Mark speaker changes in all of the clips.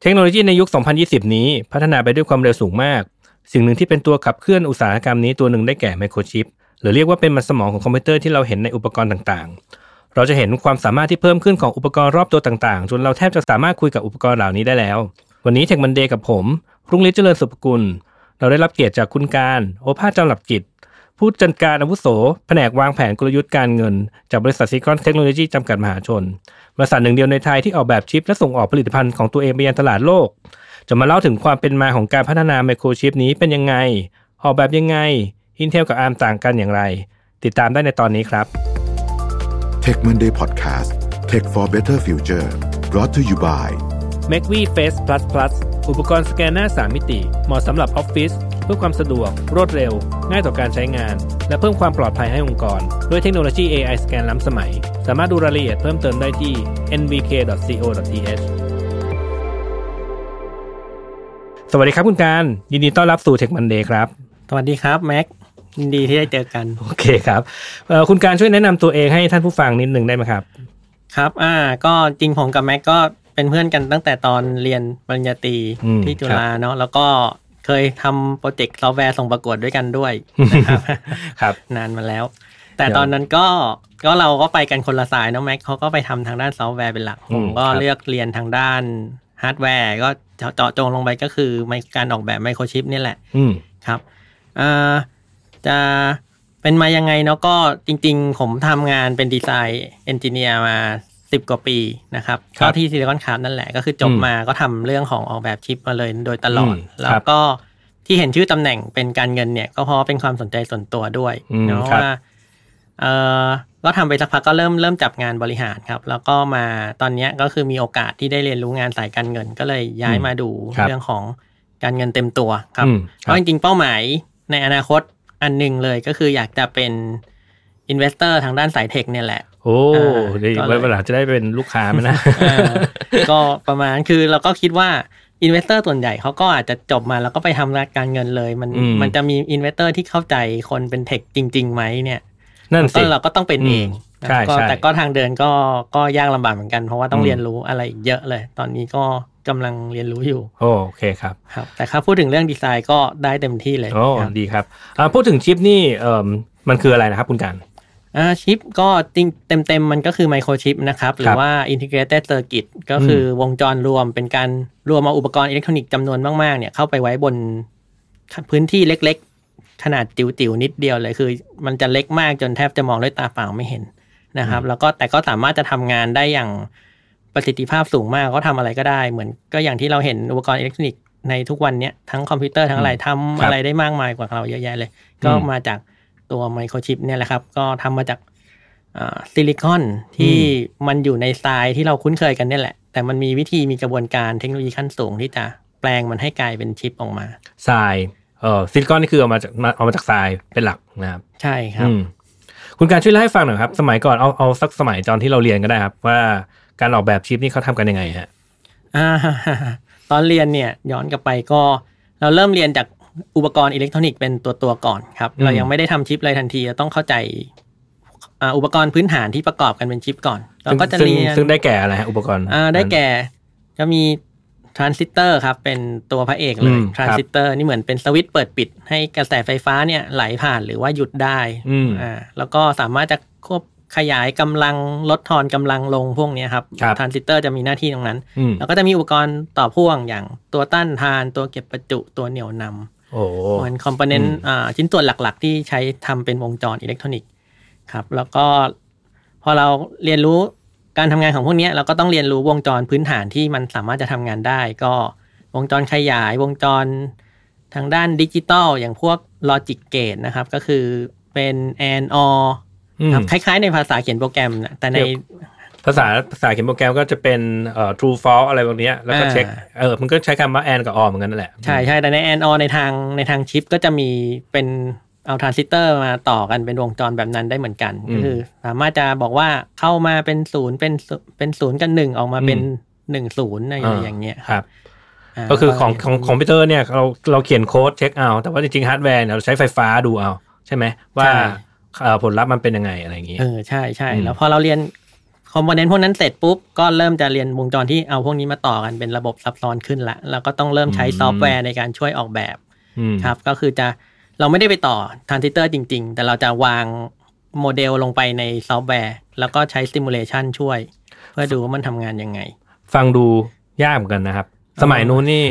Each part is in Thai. Speaker 1: เทคโนโลยีในยุค 2020 นี้พัฒนาไปด้วยความเร็วสูงมาก สิ่งหนึ่งที่เป็นตัวขับเคลื่อนอุตสาหกรรมนี้ตัวหนึ่งได้แก่ไมโครชิป หรือเรียกว่าเป็นมันสมองของคอมพิวเตอร์ที่เราเห็นในอุปกรณ์ต่างๆ เราจะเห็นความสามารถที่เพิ่มขึ้นของอุปกรณ์รอบตัวต่างๆ จนเราแทบจะสามารถคุยกับอุปกรณ์เหล่านี้ได้แล้ว วันนี้เทคมันเดย์กับผม รุ่งฤทธิ์เจริญสุภกุล เราได้รับเกียรติจากคุณการ โอภาสจำหลับกิจ ผู้จัดการอาวุโส แผนกวางแผนกลยุทธ์การเงิน จากบริษัทซีคอนเทคโนโลยีจำกัดมหาชน บริษัทหนึ่งเดียวในไทยที่ออกแบบชิปและส่งออกผลิตภัณฑ์ของตัวเองไปยังตลาดโลก จะมาเล่าถึงความเป็นมาของการพัฒนาไมโครชิปนี้เป็นยังไง ออกแบบยังไง Intel กับ ARM ต่างกันอย่างไร ติดตามได้ในตอนนี้ครับ
Speaker 2: Tech Monday Podcast Tech for Better Future brought to you by
Speaker 1: m a c v i Face Plus Plus อุปกรณ์สแกนหน้า 3 มิติ เหมาะสำหรับออฟฟิศเพื่อความสะดวก รวดเร็ว ง่ายต่อการใช้งาน และเพิ่มความปลอดภัยให้องค์กร ด้วยเทคโนโลยี AI สแกนล้ำสมัย สามารถดูรายละเอียดเพิ่มเติมได้ที่ nvk.co.th สวัสดีครับคุณการ ยินดีต้อนรับสู่ Tech Monday ครับ
Speaker 3: สวัสดีครับแม็กยินดีที่ได้เจอกัน
Speaker 1: โอเคครับเอ่อคุณการช่วยแนะนำตัวเองให้ท่านผู้ฟังนิดหนึ่งได้ไหมครับ
Speaker 3: ครับ อ่า ก็จริงผมกับแม็กก็เป็นเพื่อนกันตั้งแต่ตอนเรียนปริญญาตรี
Speaker 1: อืม
Speaker 3: ที่จุฬาเนาะแล้วก็เคยทำโปรเจกต์ซอฟต์แวร์ส่งประกวดด้วยกันด้วยนะครับ
Speaker 1: ครับ
Speaker 3: นานมาแล้ว แต่ตอนนั้นก็ก็เราก็ไปกันคนละสายเนาะแม็กเขาก็ไปทำทางด้านซอฟต์แวร์เป็นหลัก
Speaker 1: อื
Speaker 3: ผม มก็
Speaker 1: ครับ
Speaker 3: เลือกเรียนทางด้านฮาร์ดแวร์ก็เจาะจงลงไปก็คือไมการออกแบบไมโครชิปนี่แหละ
Speaker 1: อืม
Speaker 3: ครับอ่าจะเป็นมายังไงเนาะก็จริงๆ ผมทำงานเป็นดีไซน์เอนจิเนียร์มา 10 กว่าปีนะครับ
Speaker 1: ครั
Speaker 3: ก็
Speaker 1: บ
Speaker 3: ที่ซิลิคอนคาร์นั่นแหละ ก็คือจบ
Speaker 1: อืม
Speaker 3: มาก็ทำเรื่องของออกแบบชิปมาเลยโดยตลอด
Speaker 1: อืม
Speaker 3: แล้วก็ที่เห็นชื่อตำแหน่งเป็นการเงินเนี่ย ก็เพราะเป็นความสนใจส่วนตัวด้วย
Speaker 1: อืม
Speaker 3: เนาะ
Speaker 1: ครับ
Speaker 3: ว่าเออก็ทำไปสักพักก็เริ่มเริ่มจับงานบริหารครับ แล้วก็มาตอนเนี้ยก็คือมีโอกาสที่ได้เรียนรู้งานสายการเงิน ก็เลยย้ายมาดู
Speaker 1: ครับ
Speaker 3: เรื่องของการเงินเต็มตัวครับ
Speaker 1: อืม
Speaker 3: เพ
Speaker 1: ครั
Speaker 3: ราะ
Speaker 1: บ
Speaker 3: จริงๆ เป้าหมายในอนาคตอันหนึ่งเลยก็คืออยากจะเป็นอินเวสเตอร์ทางด้านสายเทคเนี่ยแหละ
Speaker 1: โอ้
Speaker 3: อ่า
Speaker 1: เดี๋ยว
Speaker 3: ก็เลย
Speaker 1: ไว้เวลาจะได้เป็นลูกค้าไหม นะ
Speaker 3: เออก็ประมาณคือเราก็คิดว่าอินเวสเตอร์ส่วนใหญ่เขาก็อาจจะจบมาแล้วก็ไปทำการเงินเลย มัน
Speaker 1: อืม
Speaker 3: มันจะมีอินเวสเตอร์ที่เข้าใจคนเป็นเทคจริงๆไหมเนี่ย
Speaker 1: นั่น
Speaker 3: ก็
Speaker 1: สิ
Speaker 3: เราก็ต้องเป็นเอง
Speaker 1: อืมใช่
Speaker 3: ก็
Speaker 1: ใช่
Speaker 3: แต่ก็ทางเดินก็ก็ยากลำบากเหมือนกันเพราะว่าต้อ
Speaker 1: อื
Speaker 3: ง
Speaker 1: ม
Speaker 3: เรียนรู้อะไรอีกเยอะเลย ตอนนี้ก็กำลังเรียนรู้อยู่
Speaker 1: โอ้โอเคครับ
Speaker 3: ครับ แต่ถ้าพูดถึงเรื่องดีไซน์ก็ได้เต็มที่เลย
Speaker 1: โอ้
Speaker 3: ครับ
Speaker 1: ดีครับอ่าพูดถึงชิปนี่เอ่มมันคืออะไรนะครับคุณการ
Speaker 3: อ่าชิปก็จริงเต็มๆ มันก็คือไมโครชิปนะครับ หรื
Speaker 1: ครั
Speaker 3: อบ ว่า integrated circuit ก็คือวงจรรวมเป็นการรวมเอาอุปกรณ์อิเล็กทรอนิกส์จำนวนมากๆเนี่ยเข้าไปไว้บนพื้นที่เล็กๆ ขนาดจิ๋วๆ นิดเดียวเลยคือ มันจะเล็กมากจนแทบจะมองด้วยตาเปล่าไม่เห็นนะครับ แล้วก็แต่ก็สามารถจะทำงานได้อย่างประสิทธิภาพสูงมากก็ทำอะไรก็ได้ เหมือนก็อย่างที่เราเห็นอุปกรณ์อิเล็กทรอนิกส์ในทุกวันเนี้ยทั้งคอมพิวเตอร์ทั้งอะไรทำ
Speaker 1: ครับ
Speaker 3: อะไรได้มากมายกว่าเราเยอะแยะเลย ก็
Speaker 1: อืม
Speaker 3: มาจากตัวไมโครชิปเนี่ยแหละครับ ก็ทำมาจาก ซิลิคอนที่มันอยู่ในทรายที่เราคุ้นเคยกันเนี่ยแหละ แต่มันมีวิธีมีกระบวนการเทคโนโลยีขั้นสูงที่จะแปลงมันให้กลายเป็นชิปออกมา
Speaker 1: ทรายเอ่อซิลิคอนนี่คือเอามาจากมาเอามาจากทรายเป็นหลักนะครับ
Speaker 3: ใช่ครับ
Speaker 1: อืมคุณการช่วยเล่าให้ฟังหน่อยครับ สมัยก่อนเอาเอาสักสมัยตอนที่เราเรียนก็ได้ครับ ว่าการออกแบบชิปนี่เขาทำกันยังไงฮะ
Speaker 3: อ่า ตอนเรียนเนี่ยย้อนกลับไปก็เราเริ่มเรียนจากอุปกรณ์อิเล็กทรอนิกส์เป็นตัวตัวๆก่อนครับ
Speaker 1: อืม
Speaker 3: เรายังไม่ได้ทำชิปเลยทันทีเราต้องเข้าใจอ่าอุปกรณ์พื้นฐานที่ประกอบกันเป็นชิปก่อนเราก็จะ
Speaker 1: ซึ่ง
Speaker 3: เรียน
Speaker 1: ซึ่งซึ่งได้แก่อะไรฮะอุปกรณ์
Speaker 3: อ่าได้แก่จะมีทรานซิสเตอร์ครับ เป็นตัวพระเอกเล
Speaker 1: อื
Speaker 3: ย
Speaker 1: ม
Speaker 3: ทรานซิสเตอร์นี่เหมือนเป็นสวิตช์เปิดปิด ให้กระแสไฟฟ้าเนี่ยไหลผ่านหรือว่าหยุดได้
Speaker 1: อืม
Speaker 3: อ่าแล้วก็สามารถจะควบขยายกำลังลดทอนกำลังลงพวกเนี้ยครับ
Speaker 1: ครับ
Speaker 3: ทรานซิสเตอร์จะมีหน้าที่ตรงนั้น
Speaker 1: อืม
Speaker 3: แล้วก็จะมีอุปกรณ์ต่อพ่วงอย่างตัวต้านทานตัวเก็บประจุตัวเหนี่ยวนำ
Speaker 1: โอ้
Speaker 3: เหมือนคอมโพเนนต์
Speaker 1: อืม
Speaker 3: อ่าชิ้นส่วนหลักๆ ที่ใช้ทำเป็นวงจรอิเล็กทรอนิกส์ครับ แล้วก็พอเราเรียนรู้การทำงานของพวกเนี้ยเราก็ต้องเรียนรู้วงจรพื้นฐานที่มันสามารถจะทำงานได้ ก็วงจรขยายวงจรทางด้านดิจิตอลอย่างพวกลอจิกเกตนะครับ ก็คือเป็น and or ครับคล้ายๆในภาษาเขียนโปรแกรมนะแต่ใน
Speaker 1: เดี๋ยว ภาษาภาษาเขียนโปรแกรมก็จะเป็นเอ่อ true false อะไรแบบเนี้ยแล้วก็
Speaker 3: อ่า
Speaker 1: เช็คเออมันก็ใช้คำว่า and กับ or เหมือนกันนั่นแหละ
Speaker 3: ใช่ใช่แต่ในแอนอในทางในทางชิปก็จะมีเป็นเอาทรานซิสเตอร์มาต่อกันเป็นวงจรแบบนั้นได้เหมือนกัน
Speaker 1: อืม
Speaker 3: ก็คือสามารถจะบอกว่าเข้ามาเป็นศูนย์เป็นศูนย์เป็นศูนย์กันหนึ่งออกมาเป็น
Speaker 1: อื
Speaker 3: หนึ่งศูนย์อะไร
Speaker 1: อ่า
Speaker 3: อย่างเงี้ย
Speaker 1: ครับ
Speaker 3: า
Speaker 1: ก็คือของของคอมพิวเตอร์เนี่ยเราเราเขียนโค้ดเช็คเอา แต่ว่าจริงๆฮาร์ดแวร์เนี่ยเราใช้ไฟฟ้าดูเอา ใช่ไหมว่าเอ่อผลลัพธ์มันเป็นยังไงอะไรอย่างนี้
Speaker 3: เออใช่ใช่
Speaker 1: อืม
Speaker 3: แล้วพอเราเรียน คอมโพเนนต์พวกนั้นเสร็จปุ๊บ ก็เริ่มจะเรียนวงจรที่เอาพวกนี้มาต่อกันเป็นระบบซับซ้อนขึ้นละแล้วก็ต้องเริ่มใช้
Speaker 1: อืม
Speaker 3: ซอฟต์แวร์ในการช่วยออกแบบ
Speaker 1: อืม
Speaker 3: ครับก็คือจะเราไม่ได้ไปต่อทรานซิสเตอร์จริง ๆ แต่เราจะวางโมเดลลงไปในซอฟต์แวร์ แล้วก็ใช้สติมูเลชันช่วย เพื่อดูว่ามันทำงานยังไง
Speaker 1: ฟังดูยากเหมือนกันนะครับ สมัยนู้นนี่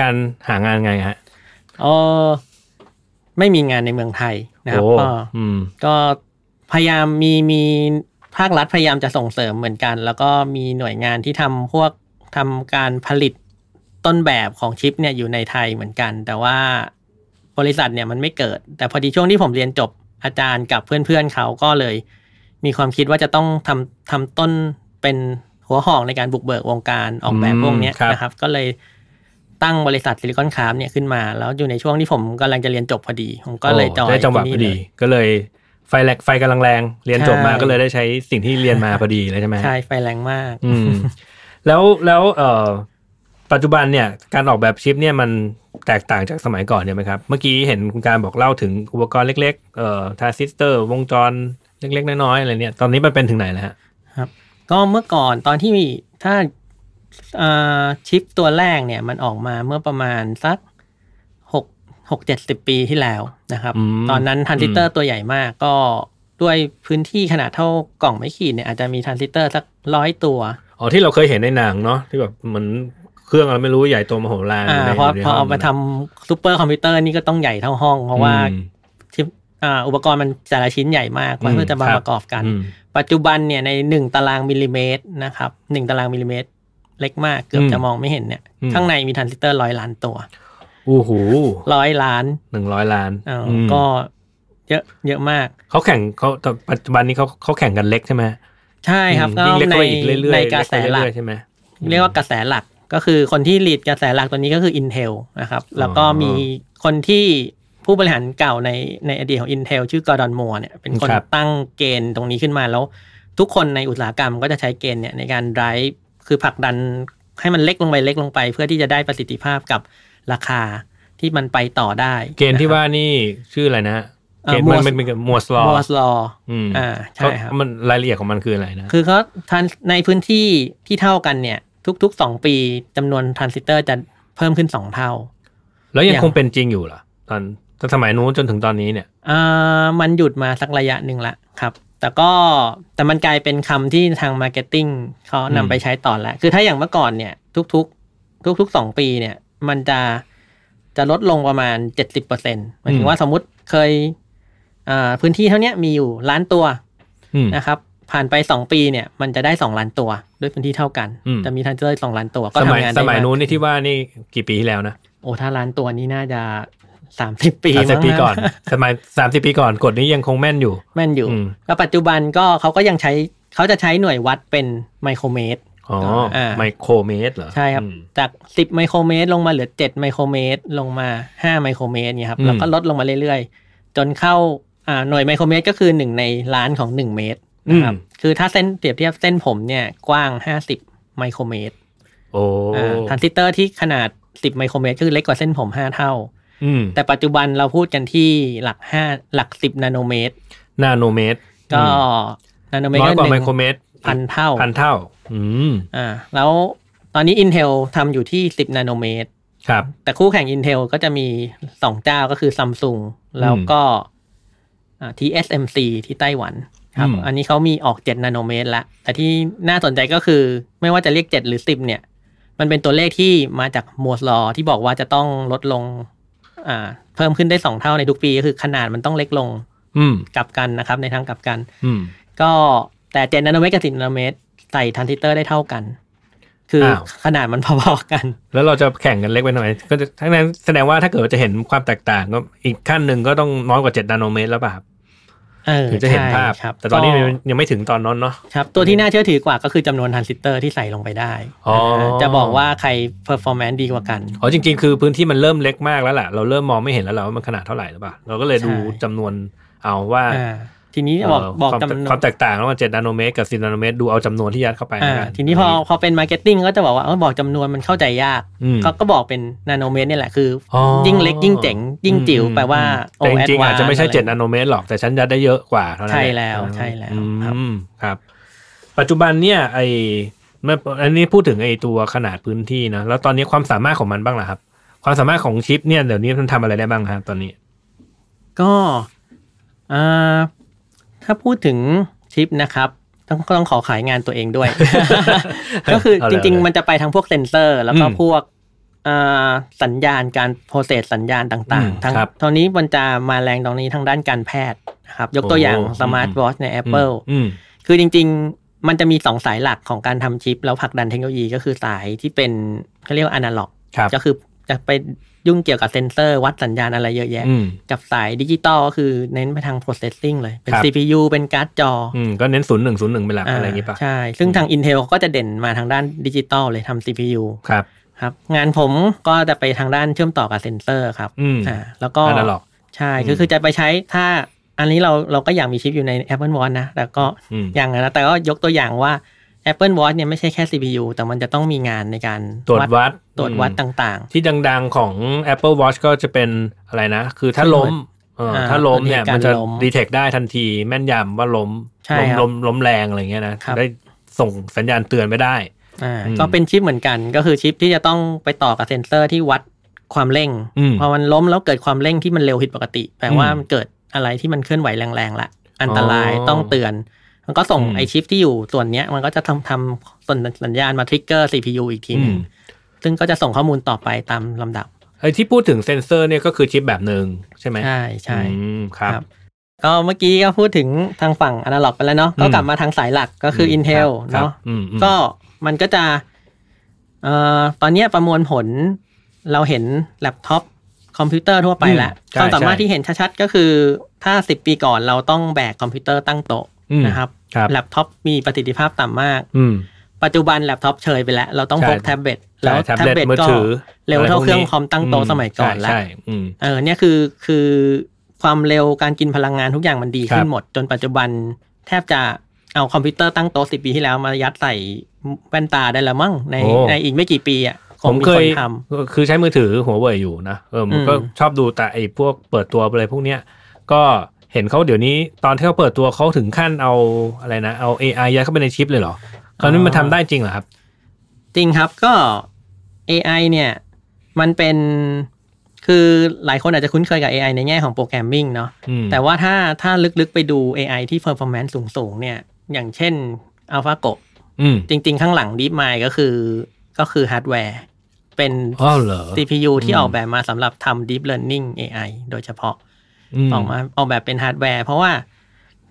Speaker 1: การหางานไงฮะ
Speaker 3: เออไม่มีงานในเมืองไทยนะครับ
Speaker 1: โอ้
Speaker 3: ก็
Speaker 1: อืม
Speaker 3: ก็พยายามมีมีภาครัฐพยายามจะส่งเสริมเหมือนกัน แล้วก็มีหน่วยงานที่ทำพวกทำการผลิตต้นแบบของชิปเนี่ยอยู่ในไทยเหมือนกัน แต่ว่าบริษัทเนี่ยมันไม่เกิด แต่พอดีช่วงที่ผมเรียนจบอาจารย์กับเพื่อนๆเขาก็เลย มีความคิดว่าจะต้องทำทำต้นเป็นหัวหอกในการบุกเบิกวงการออกแบบพวกเนี้ย
Speaker 1: อืมครับ
Speaker 3: นะครับ ก็เลย ตั้งบริษัทซิลิคอนคาร์บเนี่ยขึ้นมา แล้วอยู่ในช่วงที่ผมกำลังจะเรียนจบพอดี ผมก็เลยจอย
Speaker 1: โอ้ได้จังหวะ
Speaker 3: ที่
Speaker 1: พอ
Speaker 3: นี่
Speaker 1: ดี
Speaker 3: เลย
Speaker 1: ก็เลยไฟแรงไฟกำลังแรงเรียนจบมา
Speaker 3: ใช่
Speaker 1: ก็เลยได้ใช้สิ่งที่เรียนมาพอดีเลยใช่ไหม
Speaker 3: ใช่ไฟแรงมาก
Speaker 1: อืม แล้วแล้วเอ่อปัจจุบันเนี่ย การออกแบบชิปเนี่ยมันแตกต่างจากสมัยก่อนเนี่ยไหมครับ เมื่อกี้เห็นคุณการบอกเล่าถึงอุปกรณ์เล็ก ๆ เอ่อทรานซิสเตอร์ วงจรเล็ก ๆ น้อยๆอะไรเนี่ย ตอนนี้มันเป็นถึงไหนแล้วฮะ
Speaker 3: ก็เมื่อก่อนตอนที่มีถ้าอ่าชิปตัวแรกเนี่ยมันออกมาเมื่อประมาณสักหกหกเจ็ดสิบปีที่แล้วนะครับ
Speaker 1: อืม
Speaker 3: ตอนนั้นทรานซิสเตอร์ตัวใหญ่มาก ก็ด้วยพื้นที่ขนาดเท่ากล่องไม่ขีดเนี่ยอาจจะมีทรานซิสเตอร์สักร้อยตัว
Speaker 1: อ๋อที่เราเคยเห็นในหนังเนาะที่แบบเหมือนเครื่องอะไรไม่รู้ใหญ่โตมโหฬาร
Speaker 3: อ่า
Speaker 1: ยู่ใน
Speaker 3: เพราะ
Speaker 1: ใน
Speaker 3: พ
Speaker 1: ห้
Speaker 3: อ
Speaker 1: ง
Speaker 3: เอามาทำซูเปอร์คอมพิวเตอร์นี่ก็ต้องใหญ่เท่าห้อง เพราะว่า
Speaker 1: อืม
Speaker 3: ชิปอ่าอุปกรณ์มันแต่ละชิ้นใหญ่มากกว่า
Speaker 1: อืม
Speaker 3: เพื่อจะมา
Speaker 1: ครับ
Speaker 3: ประกอบกัน
Speaker 1: อืม
Speaker 3: ปัจจุบันเนี่ยในหนึ่งตารางมิลลิเมตรนะครับหนึ่งตารางมิลลิเมตร เล็กมากเกือบ
Speaker 1: อืม
Speaker 3: จะมองไม่เห็นเนี่ย
Speaker 1: อืม
Speaker 3: ข้างในมีทรานซิสเตอร์ร้อยล้านตัว
Speaker 1: อู้หู
Speaker 3: ร้อยล้าน
Speaker 1: หนึ่งร้อยล้าน
Speaker 3: เอ่ออ
Speaker 1: ม
Speaker 3: ก็เยอะเยอะมาก
Speaker 1: เขาแข่งเขาแต่ปัจจุบันนี้เขาเขาแข่งกันเล็กใช่ไหม
Speaker 3: ใช่ครับ
Speaker 1: อืมยิ่งเล็ก
Speaker 3: ใน
Speaker 1: เข้าไปอีกเรื่อยๆ
Speaker 3: ใน
Speaker 1: เล็
Speaker 3: กระ
Speaker 1: เข้า
Speaker 3: แส
Speaker 1: ไป
Speaker 3: หลัก
Speaker 1: เอยๆใช่ไหม
Speaker 3: เรียกว่ากระแสหลักก็คือคนที่ลีดกระแสหลักตัวนี้ก็คือ Intel นะครับ แล้วก็
Speaker 1: อ๋อ
Speaker 3: มีคนที่ผู้บริหารเก่าในในอดีตของ Intel ชื่อกอร์ดอนมัวเนี่ยเป็นคน
Speaker 1: ครับ
Speaker 3: ตั้งเกณฑ์ตรงนี้ขึ้นมาแล้ว ทุกคนในอุตสาหกรรมก็จะใช้เกณฑ์เนี่ยในการ drive คือผลักดันให้มันเล็กลงไปเล็กลงไป เพื่อที่จะได้ประสิทธิภาพกับราคาที่มันไปต่อได้
Speaker 1: เกณฑ์ที่
Speaker 3: ะครับ
Speaker 1: ว่านี่ชื่ออะไรนะฮะ
Speaker 3: เอ่อ
Speaker 1: เกณฑ์มัน
Speaker 3: Moore's-
Speaker 1: เป็นเป็นมัวสลอ
Speaker 3: Moore's Law
Speaker 1: อืม
Speaker 3: อ่าใช่ครับ
Speaker 1: เขามันรายละเอียดของมันคืออะไรนะ
Speaker 3: คือเขาทรานในพื้นที่ที่เท่ากันเนี่ย ทุกๆสองปีจำนวนทรานซิสเตอร์จะเพิ่มขึ้นสองเท่า
Speaker 1: แล้วยัง
Speaker 3: อย่าง
Speaker 1: คงเป็นจริงอยู่เหรอตอนตั้งสมัยนู้นจนถึงตอนนี้เนี่ย
Speaker 3: อ่ามันหยุดมาสักระยะหนึ่งละครับ แต่ก็แต่มันกลายเป็นคำที่ทางมาร์เก็ตติ้งเขานำไปใช้ต่อแล้ว คือถ้าอย่างเมื่อก่อนเนี่ย ทุกๆ ทุกๆสองปีเนี่ย มันจะจะลดลงประมาณเจ็ดสิบเปอร์เซ็นต์หมายถึงว่าสมมติเคยอ่าพื้นที่เท่าเนี้ยมีอยู่ล้านตัว
Speaker 1: อืม
Speaker 3: นะครับผ่านไป 2 ปีเนี่ยมันจะได้ 2 ล้านตัว ด้วยพื้นที่เท่ากัน
Speaker 1: อืม
Speaker 3: จะมีทันเจอร์สองล้านตัวก็
Speaker 1: สมัย
Speaker 3: ทำงาน
Speaker 1: สมัย
Speaker 3: ได้าก
Speaker 1: นู้นนี่ที่ว่านี่กี่ปีที่แล้วนะ
Speaker 3: โอ้ถ้าล้านตัวนี้น่าจะ 30 ปี
Speaker 1: สามสิบ
Speaker 3: มั้ง
Speaker 1: ปีก่อน สมัยสามสิบปีก่อนกฎนี้ยังคงแม่นอยู่
Speaker 3: แม่นอยู่
Speaker 1: อืม
Speaker 3: แล้วปัจจุบันก็เขาก็ยังใช้เขาจะใช้หน่วยวัดเป็นไมโครเมตร
Speaker 1: อ๋ออา ไมโครเมตรเหรอ
Speaker 3: ใช่ครับ
Speaker 1: อืม
Speaker 3: จาก 10 ไมโครเมตร ลงมาเหลือ 7 ไมโครเมตร ลงมา 5 ไมโครเมตรเนี่ยครับ
Speaker 1: อืม
Speaker 3: แล้วก็ลดลงมาเรื่อยๆ จนเข้าอ่าหน่วยไมโครเมตรก็คือ 1 ในล้านของ 1 เมตร
Speaker 1: อื
Speaker 3: นะ
Speaker 1: ม
Speaker 3: ครับคือถ้าเส้นเปรียบเทียบเส้นผมเนี่ยกว้าง 50 ไมโครเมตร
Speaker 1: โอ้
Speaker 3: อ่าทรานซิสเตอร์ที่ขนาด 10 ไมโครเมตรคือเล็กกว่าเส้นผม 5 เท่า
Speaker 1: อืม
Speaker 3: แต่ปัจจุบันเราพูดกันที่หลัก 5 หลัก 10 นาโนเมตร
Speaker 1: นาโนเมตร
Speaker 3: ก็
Speaker 1: อื
Speaker 3: นาโน
Speaker 1: ม
Speaker 3: เมตร
Speaker 1: น้อย
Speaker 3: ก็
Speaker 1: กว่า
Speaker 3: ห
Speaker 1: ไม
Speaker 3: นึ่ง
Speaker 1: โครเมตร
Speaker 3: พันเท่า
Speaker 1: พันเท่า อืม
Speaker 3: อ่าแล้วตอนนี้ Intel ทำอยู่ที่ 10 นาโนเมตร
Speaker 1: ครับ
Speaker 3: แต่คู่แข่ง Intel ก็จะมี 2 เจ้าก็คือ Samsung แล้วก็อ่า TSMC ที่ไต้หวันครับ
Speaker 1: อืม
Speaker 3: อันนี้เขามีออก 7 นาโนเมตรละแต่ที่น่าสนใจก็คือไม่ว่าจะเรียก 7 หรือ 10 เนี่ย มันเป็นตัวเลขที่มาจากมัวสลอที่บอกว่าจะต้องลดลงอ่าเพิ่มขึ้นได้ 2 เท่าในทุกปีก็คือขนาดมันต้องเล็กลง
Speaker 1: อืม
Speaker 3: กลับกันนะครับ ในทางกลับกัน
Speaker 1: อืม
Speaker 3: ก็แต่7นาโนเมตรกับ10นาโนเมตรใส่ทันทิเตอร์ได้เท่ากัน คือ
Speaker 1: าว
Speaker 3: ขนาดมันพอๆกัน
Speaker 1: แล้วเราจะแข่งกันเล็กไปหน่อยก็จะทั้งนั้นแสดงว่าถ้าเกิดว่าจะเห็นความแตกต่างก็อีกขั้นหนึ่งก็ต้องน้อยกว่า 7 นาโนเมตรแล้วป่ะครับ
Speaker 3: เออ
Speaker 1: ถึงจะเห็น
Speaker 3: ใช่
Speaker 1: ภาพ
Speaker 3: ครับ
Speaker 1: แต่ตอนนี้
Speaker 3: ก็
Speaker 1: ยังยังไม่ถึงตอนนั้นเนาะ
Speaker 3: ครับตัวที่น่าเชื่อถือกว่าก็คือจำนวนทรานซิสเตอร์ที่ใส่ลงไปได้
Speaker 1: อ๋อ
Speaker 3: นะฮะจะบอกว่าใครเพอร์ฟอร์แมนซ์ดีกว่ากัน
Speaker 1: อ๋อจริงๆ คือพื้นที่มันเริ่มเล็กมากแล้วล่ะ เราเริ่มมองไม่เห็นแล้วล่ะว่ามันขนาดเท่าไหร่หรือเปล่าเราก็เลยดู
Speaker 3: ใช่
Speaker 1: จำนวนเอาว่า
Speaker 3: อ่าทีนี้
Speaker 1: เ
Speaker 3: บอกบอก
Speaker 1: ความ
Speaker 3: จำนว
Speaker 1: ควาน มแตกต่างระหว่าง7นาโนเมตรกับ10นาโนเมตรดูเอาจำนวนที่ยัดเข้าไป
Speaker 3: อ่า
Speaker 1: แล้วกัน
Speaker 3: ทีนี้พอพอเป็นมาร์เก็ตติ้งก็จะบอกว่าเออบอกจำนวนมันเข้าใจยาก
Speaker 1: ม
Speaker 3: เขาก็บอกเป็นนาโนเมตรเนี่ยแหละคืออ
Speaker 1: อ๋อ
Speaker 3: ยิ่งเล็กยิ่งเจ๋ง ยิ่งจิ๋วแปลว่า
Speaker 1: อืมแต่จริงๆอาจจะไม่ใช่
Speaker 3: โแวซ์
Speaker 1: เจ็ดนาโนเมตรหรอกแต่ฉันยัดได้เยอะกว่าเท่านั้น
Speaker 3: ใช่
Speaker 1: หะ
Speaker 3: แล้วใช่แล้ว
Speaker 1: อืม
Speaker 3: ครับ
Speaker 1: ครับ ปัจจุบันเนี่ยไอเมื่ออันนี้พูดถึงไอตัวขนาดพื้นที่นะแล้วตอนนี้ความสามารถของมันบ้างล่ะครับ ความสามารถของชิปเนี่ยเดี๋ยวนี้มันทำอะไรได้บ้างครับตอนนี้
Speaker 3: ก็เอ่อถ้าพูดถึงชิปนะครับ ต้องต้องขอขายงานตัวเองด้วย ก็ คือ
Speaker 1: เอาเลย
Speaker 3: จริง
Speaker 1: เอาเลย
Speaker 3: ๆ มันจะไปทางพวกเซ็นเซอร์ แล้วก็
Speaker 1: อืม
Speaker 3: พวกเอ่อสัญญาณการโปรเซสสัญญาณต่าง
Speaker 1: อืม
Speaker 3: ๆทาง
Speaker 1: ครับ
Speaker 3: ตอนนี้มันจะมาแรงตรงนี้ทางด้านการแพทย์นะครับยกตัว
Speaker 1: โอ้
Speaker 3: อย่าง
Speaker 1: อืม
Speaker 3: สมาร์ทวอทใน Apple
Speaker 1: อืม
Speaker 3: คือจริง ๆ มันจะมีสองสายหลักของการทำชิป แล้วผลักดันเทคโนโลยีก็คือสายที่เป็นเขาเรียกว่าอนาล็อก
Speaker 1: ครับ
Speaker 3: ก็คือจะไปยุ่งเกี่ยวกับเซ็นเซอร์วัดสัญญาณอะไรเยอะแยะ
Speaker 1: อืม
Speaker 3: กับสายดิจิตอลก็คือเน้นไปทาง processing เลย เป็น
Speaker 1: ครับ
Speaker 3: CPU เป็นการ์ดจอ
Speaker 1: อืมก็เน้นศูนย์หนึ่งศูนย์หนึ่งเป็นหลัก
Speaker 3: อา
Speaker 1: อะไรอย่างงี้ป่ะ
Speaker 3: ใช่ ซึ่งทาง Intel ก็จะเด่นมาทางด้านดิจิตอลเลยทำ CPU
Speaker 1: ครับ
Speaker 3: ครับ งานผมก็จะไปทางด้านเชื่อมต่อกับเซนเซอร์ครับ
Speaker 1: อืม
Speaker 3: แล้วก็
Speaker 1: อนาล็อก
Speaker 3: ใช่คื
Speaker 1: ม
Speaker 3: อคือจะไปใช้ถ้าอันนี้เราเราก็อยากมีชิปอยู่ใน Apple Watch นะ แต่ก็
Speaker 1: อืม
Speaker 3: อย่างนั้นนะแต่ก็ยกตัวอย่างว่า Apple Watch เนี่ยไม่ใช่แค่ CPU แต่มันจะต้องมีงานในการ
Speaker 1: ตรวจวัด
Speaker 3: ตรวจวัด
Speaker 1: อืม
Speaker 3: ต่าง
Speaker 1: ที่ดังๆของ Apple Watch ก็จะเป็นอะไรนะ คือถ้าล้มเออ
Speaker 3: อ่า
Speaker 1: ถ้าล้มเนี่ย
Speaker 3: ตัวนี้การ
Speaker 1: มันจะ
Speaker 3: ล้ม
Speaker 1: ดีเทคได้ทันทีแม่นยำว่าล้ม
Speaker 3: ใช่
Speaker 1: ล้ม
Speaker 3: ครับ
Speaker 1: ล้มล้มแรงอะไรเงี้ยนะครับ ได้ส่งสัญญาณเตือนไปได้
Speaker 3: ๆอ่า
Speaker 1: อืม
Speaker 3: ก็เป็นชิปเหมือนกันก็คือชิปที่จะต้องไปต่อกับเซนเซอร์ที่วัดความเร่ง
Speaker 1: อืม
Speaker 3: พอมันล้มแล้วเกิดความเร่งที่มันเร็วผิดปกติ แปลว่ามันเกิดอะไรที่มันเคลื่อนไหวแรงๆละ อันตราย
Speaker 1: อ๋อ
Speaker 3: ต้องเตือน มันก็ส่ง
Speaker 1: อืม
Speaker 3: ไอชิปที่อยู่ส่วนเนี้ย มันก็จะทำทำส่วนสัญญาณมาทริกเกอร์ CPU อีกทีหนึงซึ่งก็จะส่งข้อมูลต่อไปตามลำดับ
Speaker 1: ไอ้ที่พูดถึงเซ็นเซอร์เนี่ยก็คือชิปแบบหนึ่งใช่ไหม
Speaker 3: ใช่ใช่
Speaker 1: อืมครับ
Speaker 3: ครับ ก็เมื่อกี้ก็พูดถึงทางฝั่งอนาล็อกไปแล้วเนาะ
Speaker 1: อืม
Speaker 3: ก็กลับมาทางสายหลักก็คืออ
Speaker 1: ม
Speaker 3: Intel
Speaker 1: ครับ
Speaker 3: เนาะ
Speaker 1: อืมอืม
Speaker 3: ก็มันก็จะเอ่อตอนเนี้ยประมวลผลเราเห็นแล็ปท็อปคอมพิวเตอร์ทั่วไปแล้ว
Speaker 1: อืมใช่
Speaker 3: ความสามารถ
Speaker 1: ใช่
Speaker 3: ที่เห็นชัดๆ ก็คือถ้า 10 ปีก่อนเราต้องแบกคอมพิวเตอร์ตั้งโต๊ะ
Speaker 1: อืม
Speaker 3: นะครับ
Speaker 1: ครับ
Speaker 3: แล็ปท็อปมีประสิทธิภาพต่ำมาก
Speaker 1: อืม
Speaker 3: ปัจจุบันแล็ปท็อปเชยไปแล้ว เราต้องพก
Speaker 1: ใช่
Speaker 3: แท็บเล็ต
Speaker 1: ใช่
Speaker 3: แล้ว
Speaker 1: แท็บ
Speaker 3: แท็บ
Speaker 1: เล็ต
Speaker 3: เล็ต
Speaker 1: มือ
Speaker 3: ก็
Speaker 1: ถือ
Speaker 3: เร็วเท่า
Speaker 1: ะไพกนี้
Speaker 3: เครื่องคอมตั้งโต๊ะสมัยก่อน
Speaker 1: ใช่
Speaker 3: แล้ว
Speaker 1: ใช่อืม
Speaker 3: เออเนี่ยคือคือความเร็วการกินพลังงานทุกอย่างมันดี
Speaker 1: ค
Speaker 3: ขึ้
Speaker 1: รั
Speaker 3: น
Speaker 1: บ
Speaker 3: หมด จนปัจจุบันแทบจะเอาคอมพิวเตอร์ตั้งโต๊ะสิปีที่แล้วมายัดใส่แว่นตาได้แล้วมั้งในในอีกไม่กี่ปีอ่ะค
Speaker 1: ผม
Speaker 3: งมี
Speaker 1: เค
Speaker 3: คน
Speaker 1: ย
Speaker 3: ท
Speaker 1: คือใช้มือถือหัวเว่ยอยู่นะเออผมก็
Speaker 3: อืม
Speaker 1: ชอบดูแต่ไอ้พวกเปิดตัวอะไรพวกเนี้ยก็เห็นเขาเดี๋ยวนี้ตอนที่เขาเปิดตัวเขาถึงขั้นเอาอะไรนะเอา AI ยัดเข้าไปในชิปเลยเหรอตอนนี้มันทำได้จริงเหรอครับ
Speaker 3: ำจริงครับก็ AI เนี่ยมันเป็นคือหลายคนอาจจะคุ้นเคยกับ AI ในแง่ของโปรแกรมมิ่งเนาะ
Speaker 1: อืม
Speaker 3: แต่ว่าถ้าถ้าลึกๆไปดู AI ที่ performance สูงๆเนี่ยอย่างเช่น AlphaGo
Speaker 1: อืม
Speaker 3: จริงๆ ข้างหลัง DeepMind ก็คือก็คือฮาร์ดแวร์ เป็น
Speaker 1: อ๋อเหรอ
Speaker 3: CPU ที่
Speaker 1: อืม
Speaker 3: ออกแบบมาสำหรับทำ Deep Learning AI โดยเฉพาะ
Speaker 1: ม
Speaker 3: ออกมาออกแบบเป็นฮาร์ดแวร์ เพราะว่า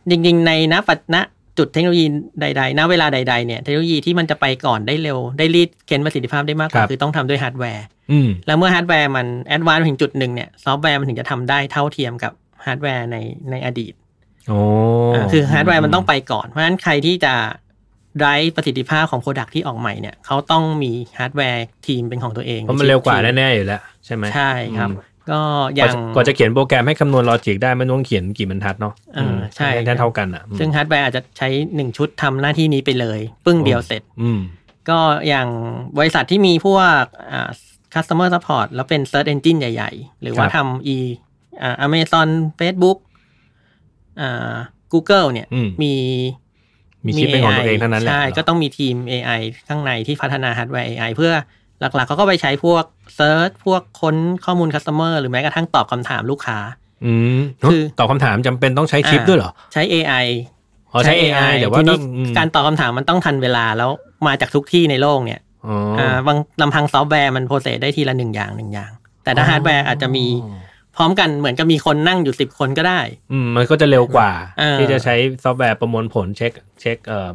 Speaker 3: จริงๆ ในณปัจณจุดเทคโนโลยีใดๆ ณเวลาใดๆเนี่ยเทคโนโลยีที่มันจะไปก่อนได้เร็ว ได้รีดเก็นประสิทธิภาพได้มากก
Speaker 1: ครั
Speaker 3: ว่า
Speaker 1: บ
Speaker 3: คือต้องทำด้วยฮาร์ดแวร์
Speaker 1: อืม
Speaker 3: แล้วเมื่อฮาร์ดแวร์มันแอดวานถึงจุดหนึ่งเนี่ยซอฟต์แวร์มันถึงจะทำได้เท่าเทียมกับฮาร์ดแวร์ในในอดีต
Speaker 1: โอ้
Speaker 3: อ่าคือฮาร์ดแวร์มันต้องไปก่อน เพราะฉะนั้นใครที่จะไดรประสิทธิภาพของโปรดักที่ออกใหม่เนี่ยเขาต้องมีฮาร์ดแวร์ทีมเป็นของตัวเอง
Speaker 1: เพราะมันเร็วกว่า
Speaker 3: ที
Speaker 1: แน่ๆอยู่แล้วใช่ไหม
Speaker 3: ใช่ครับ
Speaker 1: อืม
Speaker 3: ก็อก ย่า
Speaker 1: ว่าง จะกว่าจะเขียนโปรแกรมให้คำนวณลอจิกได้มันต้องเขียนกี่บรรทัดเนาะ
Speaker 3: อ่าใช่
Speaker 1: ได้เท่ากันอ่ะอืม
Speaker 3: ซึ่งฮาร์ดแวร์อาจจะใช้หนึ่งชุดทำหน้าที่นี้ไปเลย ปึ้งเดียวเสร็จ
Speaker 1: อืม
Speaker 3: ก็อย่างบริษัทที่มีพวกอ่า customer support แล้วเป็น search engine ใหญ่ ๆ หรือ
Speaker 1: ค
Speaker 3: ว่า
Speaker 1: รับ
Speaker 3: ทำ e อ่า amazon facebook อ่า google เนี่ย
Speaker 1: อืม
Speaker 3: มี
Speaker 1: มีชิปเป็นของตัวเองเท่านั้นแหละ
Speaker 3: ใช่
Speaker 1: เหรอ
Speaker 3: ก็ต้องมีทีม AI ข้างในที่พัฒนาฮาร์ดแวร์ AI เพื่อหลักๆเขาก็ไปใช้พวก Search พวกค้นข้อมูล Customer หรือแม้กระทั่งตอบคำถามลูกค้า
Speaker 1: อืม
Speaker 3: คือ
Speaker 1: ตอบคำถามจำเป็นต้องใช้ชิปด้วยเหรอ
Speaker 3: ใช้ AI
Speaker 1: อ๋อใช้ AI แต่ว่าต้อ
Speaker 3: ทีนี้
Speaker 1: งอืม
Speaker 3: การตอบคำถามมันต้องทันเวลาแล้วมาจากทุกที่ในโลกเนี่ย
Speaker 1: อ๋ออ
Speaker 3: อ่าบางลำพังซอฟต์แวร์มันโปรเซสได้ทีละหนึ่งอย่างหนึ่งอย่าง แต่ถ้า
Speaker 1: อ๋อ
Speaker 3: ฮาร์ดแวร์อาจจะมีพร้อมกันเหมือนกับมีคนนั่งอยู่สิบคนก็ได้
Speaker 1: อืมมันก็จะเร็วกว่า
Speaker 3: เออ
Speaker 1: ที่จะใช้ซอฟต์แวร์ประมวลผลเช็คเช็คเอ่อ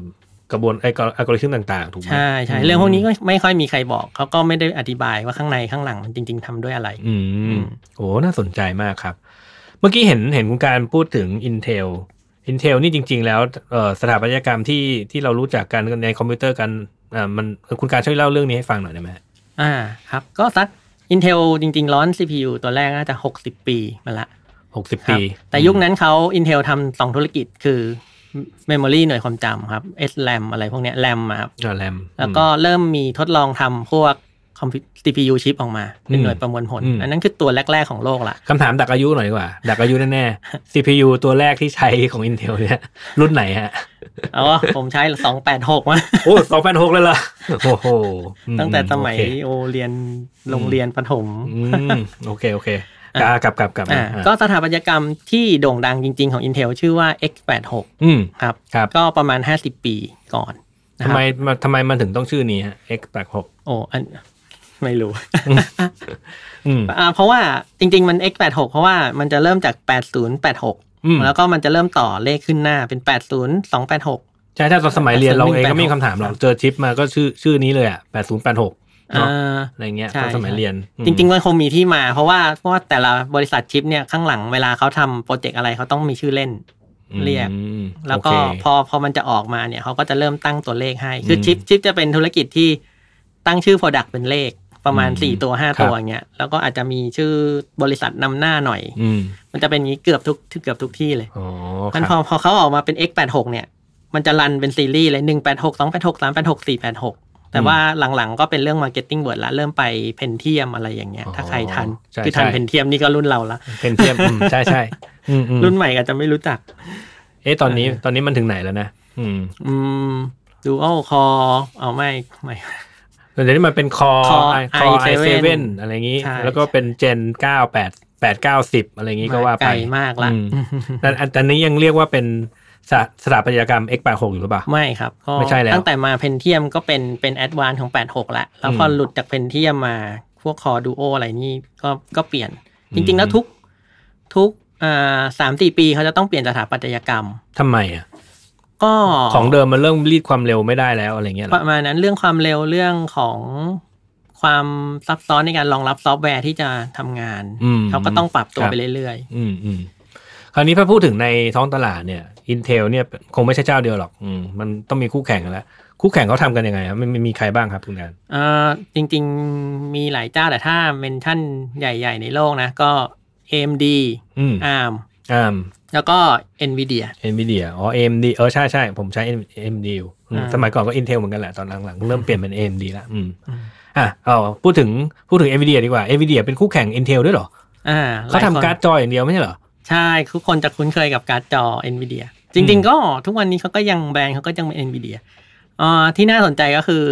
Speaker 1: กระบวนไอ้อัลกอริทึมต่างๆ ถูกไหม
Speaker 3: ใช่ใช่เรื่องพวกนี้ก็ไม่ค่อยมีใครบอกเขาก็ไม่ได้อธิบายว่าข้างในข้างหลังมันจริง ๆทำด้วยอะไร
Speaker 1: อื
Speaker 3: อื
Speaker 1: ม
Speaker 3: ม
Speaker 1: โอ้น่าสนใจมากครับ เมื่อกี้เห็นเห็นคุณการพูดถึง Intel Intel นี่จริง ๆ แล้วเอ่อสถาปัตยกรรมที่ที่เรารู้จักกันในคอมพิวเตอร์กันอ่ามันคุณการช่วยเล่าเรื่องนี้ให้ฟังหน่อยได้ไหมฮะ
Speaker 3: อ่าครับก็สัก Intel จริง ๆ ร้อน CPU ตัวแรกน่าจะ 60 ปีมาละ
Speaker 1: หกสิบ
Speaker 3: ครับ
Speaker 1: ปี
Speaker 3: แต่ยุคนั้นเขา Intel ทำสองธุรกิจคือ Memory หน่วยความจำครับ SRAM อะไรพวกเนี้ย RAM อะครับ
Speaker 1: อ่าแรม
Speaker 3: แล้วก็เริ่มมีทดลองทำพวก คอมพิว CPU ชิปออกมา เป็นหน่วย
Speaker 1: อืม
Speaker 3: ประมวลผล
Speaker 1: อืม
Speaker 3: อันนั้นคือตัวแรก ๆ ของโลกละ
Speaker 1: คำถามดักอายุหน่อยดีกว่า ดักอายุแน่ๆ CPU ตัวแรกที่ใช้ของ Intel เนี่ย รุ่นไหนฮะ
Speaker 3: เอา วะ ผมใช้สองแปดหกมา
Speaker 1: โอ้สองแปดหกเลยเหรอโอ้โหอื
Speaker 3: ตั้งแต่สมัย
Speaker 1: โอเค
Speaker 3: โอเรียนโรงเรียนประถม
Speaker 1: อืมโอเค โอเคกากลับกลับกลับ
Speaker 3: อ่า
Speaker 1: อ่ะ
Speaker 3: ก็สถาปัตยกรรมที่โด่งดังจริง ๆของ Intel ชื่อว่า x86
Speaker 1: อืม
Speaker 3: ครับ
Speaker 1: ครับ
Speaker 3: ก็ประมาณ 50 ปีก่อน
Speaker 1: ทำ
Speaker 3: นะครับ
Speaker 1: ไมมาทำไมมันถึงต้องชื่อนี้ฮะ X แปดหก
Speaker 3: โอ้อัน ไม่รู้
Speaker 1: อืม
Speaker 3: อ่าเพราะว่าจริง ๆ มัน x86 เพราะว่ามันจะเริ่มจาก
Speaker 1: อืม
Speaker 3: 8086 แล้วก็มันจะเริ่มต่อเลขขึ้นหน้าเป็น 80286
Speaker 1: ใช่ถ้าตอนสมัยเรียนเราเองก็ไม่มี
Speaker 3: 186
Speaker 1: คำถามหรอก เจอชิปมาก็ชื่อชื่อนี้เลยอ่ะแปดศูนย์แปดหกเนาะ
Speaker 3: อ่า
Speaker 1: อะไรเงี้ย
Speaker 3: ใช่
Speaker 1: ตอนสมัยเรียนอืม
Speaker 3: จริง ๆ มันคงมีที่มา เพราะว่าเพราะว่าแต่ละบริษัทชิปเนี่ยข้างหลังเวลาเขาทำโปรเจกต์อะไรเขาต้องมีชื่อเล่น เรียก
Speaker 1: อืม
Speaker 3: แล้วก็
Speaker 1: โอเค
Speaker 3: พอพอมันจะออกมาเนี่ยเขาก็จะเริ่มตั้งตัวเลขให้ คืออ
Speaker 1: ม
Speaker 3: ชิปชิปจะเป็นธุรกิจที่ตั้งชื่อ Product เป็นเลขประมาณ
Speaker 1: อืม
Speaker 3: 4 ตัว
Speaker 1: ครั
Speaker 3: 5
Speaker 1: บ
Speaker 3: ตัวอย่างเงี้ยแล้วก็อาจจะมีชื่อบริษัทนำหน้าหน่อย
Speaker 1: อืม
Speaker 3: มันจะเป็นอย่างนี้เกือบทุกเกือบทุกที่เลย
Speaker 1: อ๋อค
Speaker 3: มันพ
Speaker 1: รับ
Speaker 3: อพอเขาออกมาเป็น X86 เนี่ย มันจะรันเป็นซีรีส์เลย 1 8 6 2 8 6 3 8 6 4 8 6 แต่ว่าหลังๆก็เป็นเรื่อง Marketing Word ละเริ่มไปเพนเทียมอะไรอย่างเงี้ยถ้าใครทัน
Speaker 1: ใช่
Speaker 3: คือทัน
Speaker 1: ใช่
Speaker 3: เพนเทียมนี่ก็รุ่นเราละ
Speaker 1: เป็นเทียมอืมใช่ใช่อืมอืม
Speaker 3: รุ่นใหม่อาจจะไม่รู้จัก
Speaker 1: เอ๊ะตอนนี้ตอนนี้มันถึงไหนแล้วนะอืม
Speaker 3: อืมดูเอาคอเอาไม่ไม่
Speaker 1: เดี๋ยวนี้มันเป็นคอ
Speaker 3: Core i7
Speaker 1: i 7อะไรอย่างนี้
Speaker 3: ใช่
Speaker 1: แล้วก็เป็นเจน9 8 8 9 10 อะไรอย่างนี้ก็ว่าไป
Speaker 3: ไกลมากละ
Speaker 1: อืมแต่อันแต่อันนี้ยังเรียกว่าเป็นสถาสถาปัตยกรรม X86 อยู่หรือเปล่า
Speaker 3: ไม่ครับก็
Speaker 1: ไม่ใช่แล้ว
Speaker 3: ตั้งแต่มาเพนเทียมก็เป็นเป็นแอดวานของ 86 ละแล้วพอหลุดจากเพนเทียมมาพวกคอดูโออะไรนี่ก็ก็เปลี่ยน จริง ๆ แล้วทุกทุกอ่าสามสี่ปีเขาจะต้องเปลี่ยนสถาปัตยกรรม
Speaker 1: ทำไมอ่ะ
Speaker 3: ก็
Speaker 1: ของเดิมมันเริ่มรีดความเร็วไม่ได้แล้วอะไรเงี้ยเหร
Speaker 3: ป
Speaker 1: อ
Speaker 3: ระมาณนั้นเรื่องความเร็วเรื่องของความซับซ้อนในการรองรับซอฟต์แวร์ที่จะทำงาน
Speaker 1: อืม
Speaker 3: เขาก็ต้องปรับตัว
Speaker 1: ค
Speaker 3: ไปเรื่อยๆ
Speaker 1: อืมอืมคราวนี้พอพูดถึงในท้องตลาดเนี่ย Intel เนี่ยคงไม่ใช่เจ้าเดียวหรอกอืมมันต้องมีคู่แข่งกันแล้ว คู่แข่งเขาทำกันยังไงครับมันมันมีใครบ้างครับคุณแดน
Speaker 3: เอ่อจริงๆมีหลายเจ้าแต่ถ้าเมนชั่นใหญ่ ๆ ในโลกนะ ก็ AMD
Speaker 1: อืม
Speaker 3: ARM
Speaker 1: อ่าม
Speaker 3: แล้วก็ NVIDIA
Speaker 1: เอ็นวีเดียอ๋อเอ็มดีเออใช่ใช่ผมใช้เอ็มดีอยู่อืม
Speaker 3: อ่า
Speaker 1: สมัยก่อนก็อินเทลเหมือนกันแหละ ตอนหลังๆ เริ่มเปลี่ยนเป็นเอ็มดีละอืมอ่ะเอาพูดถึงพูดถึงเอ็นวีเดียดีกว่าเอ็นวีเดียเป็นคู่แข่ง Intel ด้วยเหรอ
Speaker 3: อ่า
Speaker 1: เขา
Speaker 3: หลยคน
Speaker 1: ทำการ์ดจออย่างเดียวไม่ใช่เหรอ
Speaker 3: ใช่ ทุกคนจะคุ้นเคยกับการ์ดจอ NVIDIA จริง ๆ ก็ทุกวันนี้เขาก็ยังแบรนด์เขาก็ยังเป็น NVIDIA เอ่อที่น่าสนใจก็คือ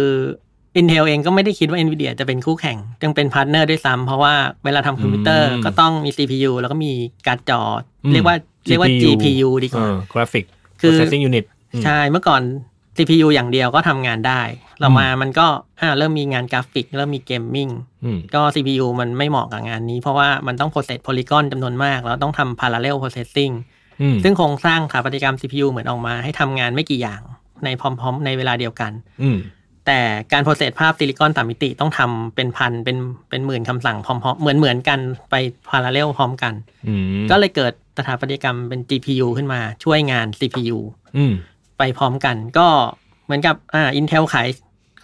Speaker 3: Intel เองก็ไม่ได้คิดว่า NVIDIA จะเป็นคู่แข่งจึงเป็นพาร์ทเนอร์ด้วยซ้ำเพราะว่าเวลาทำคอมพิวเตอร์
Speaker 1: อืม
Speaker 3: ก็ต้องมี CPU แล้วก็มีการ์ดจออ
Speaker 1: ม
Speaker 3: เรียกว่าเรียกว่า GPU ดีกว่า
Speaker 1: กราฟิก
Speaker 3: คือ
Speaker 1: processing unit อืม
Speaker 3: ใช่ เมื่อก่อน CPU อย่างเดียวก็ทำงานได้ เรามามันก็อ่าเริ่มมีงานกราฟิก เริ่มมีเกมมิ่ง
Speaker 1: อืม
Speaker 3: ก็ CPU มันไม่เหมาะกับงานนี้ เพราะว่ามันต้องโปรเซส p พลีกอนจำนวนมาก แล้วต้องทำ parallel processing
Speaker 1: อืม
Speaker 3: ซึ่งโครงสร้างสถาปัตยกรรม CPU เหมือนออกมาให้ทำงานไม่กี่อย่างในพร้อม ๆ ในเวลาเดียวกัน
Speaker 1: อืม
Speaker 3: แต่การโปรเซสภาพซิลิคอนสามมิติต้องทำเป็นพันเป็นเป็นหมื่นคำสั่งพร้อมๆเหมือนเหมือนๆกันไป parallel พร้อมกัน
Speaker 1: อืม
Speaker 3: ก็เลยเกิดสถาปัตยกรรมเป็น GPU ขึ้นมาช่วยงาน CPU
Speaker 1: อืม
Speaker 3: ไปพร้อมกันก็เหมือนกับอ่า Intel ขาย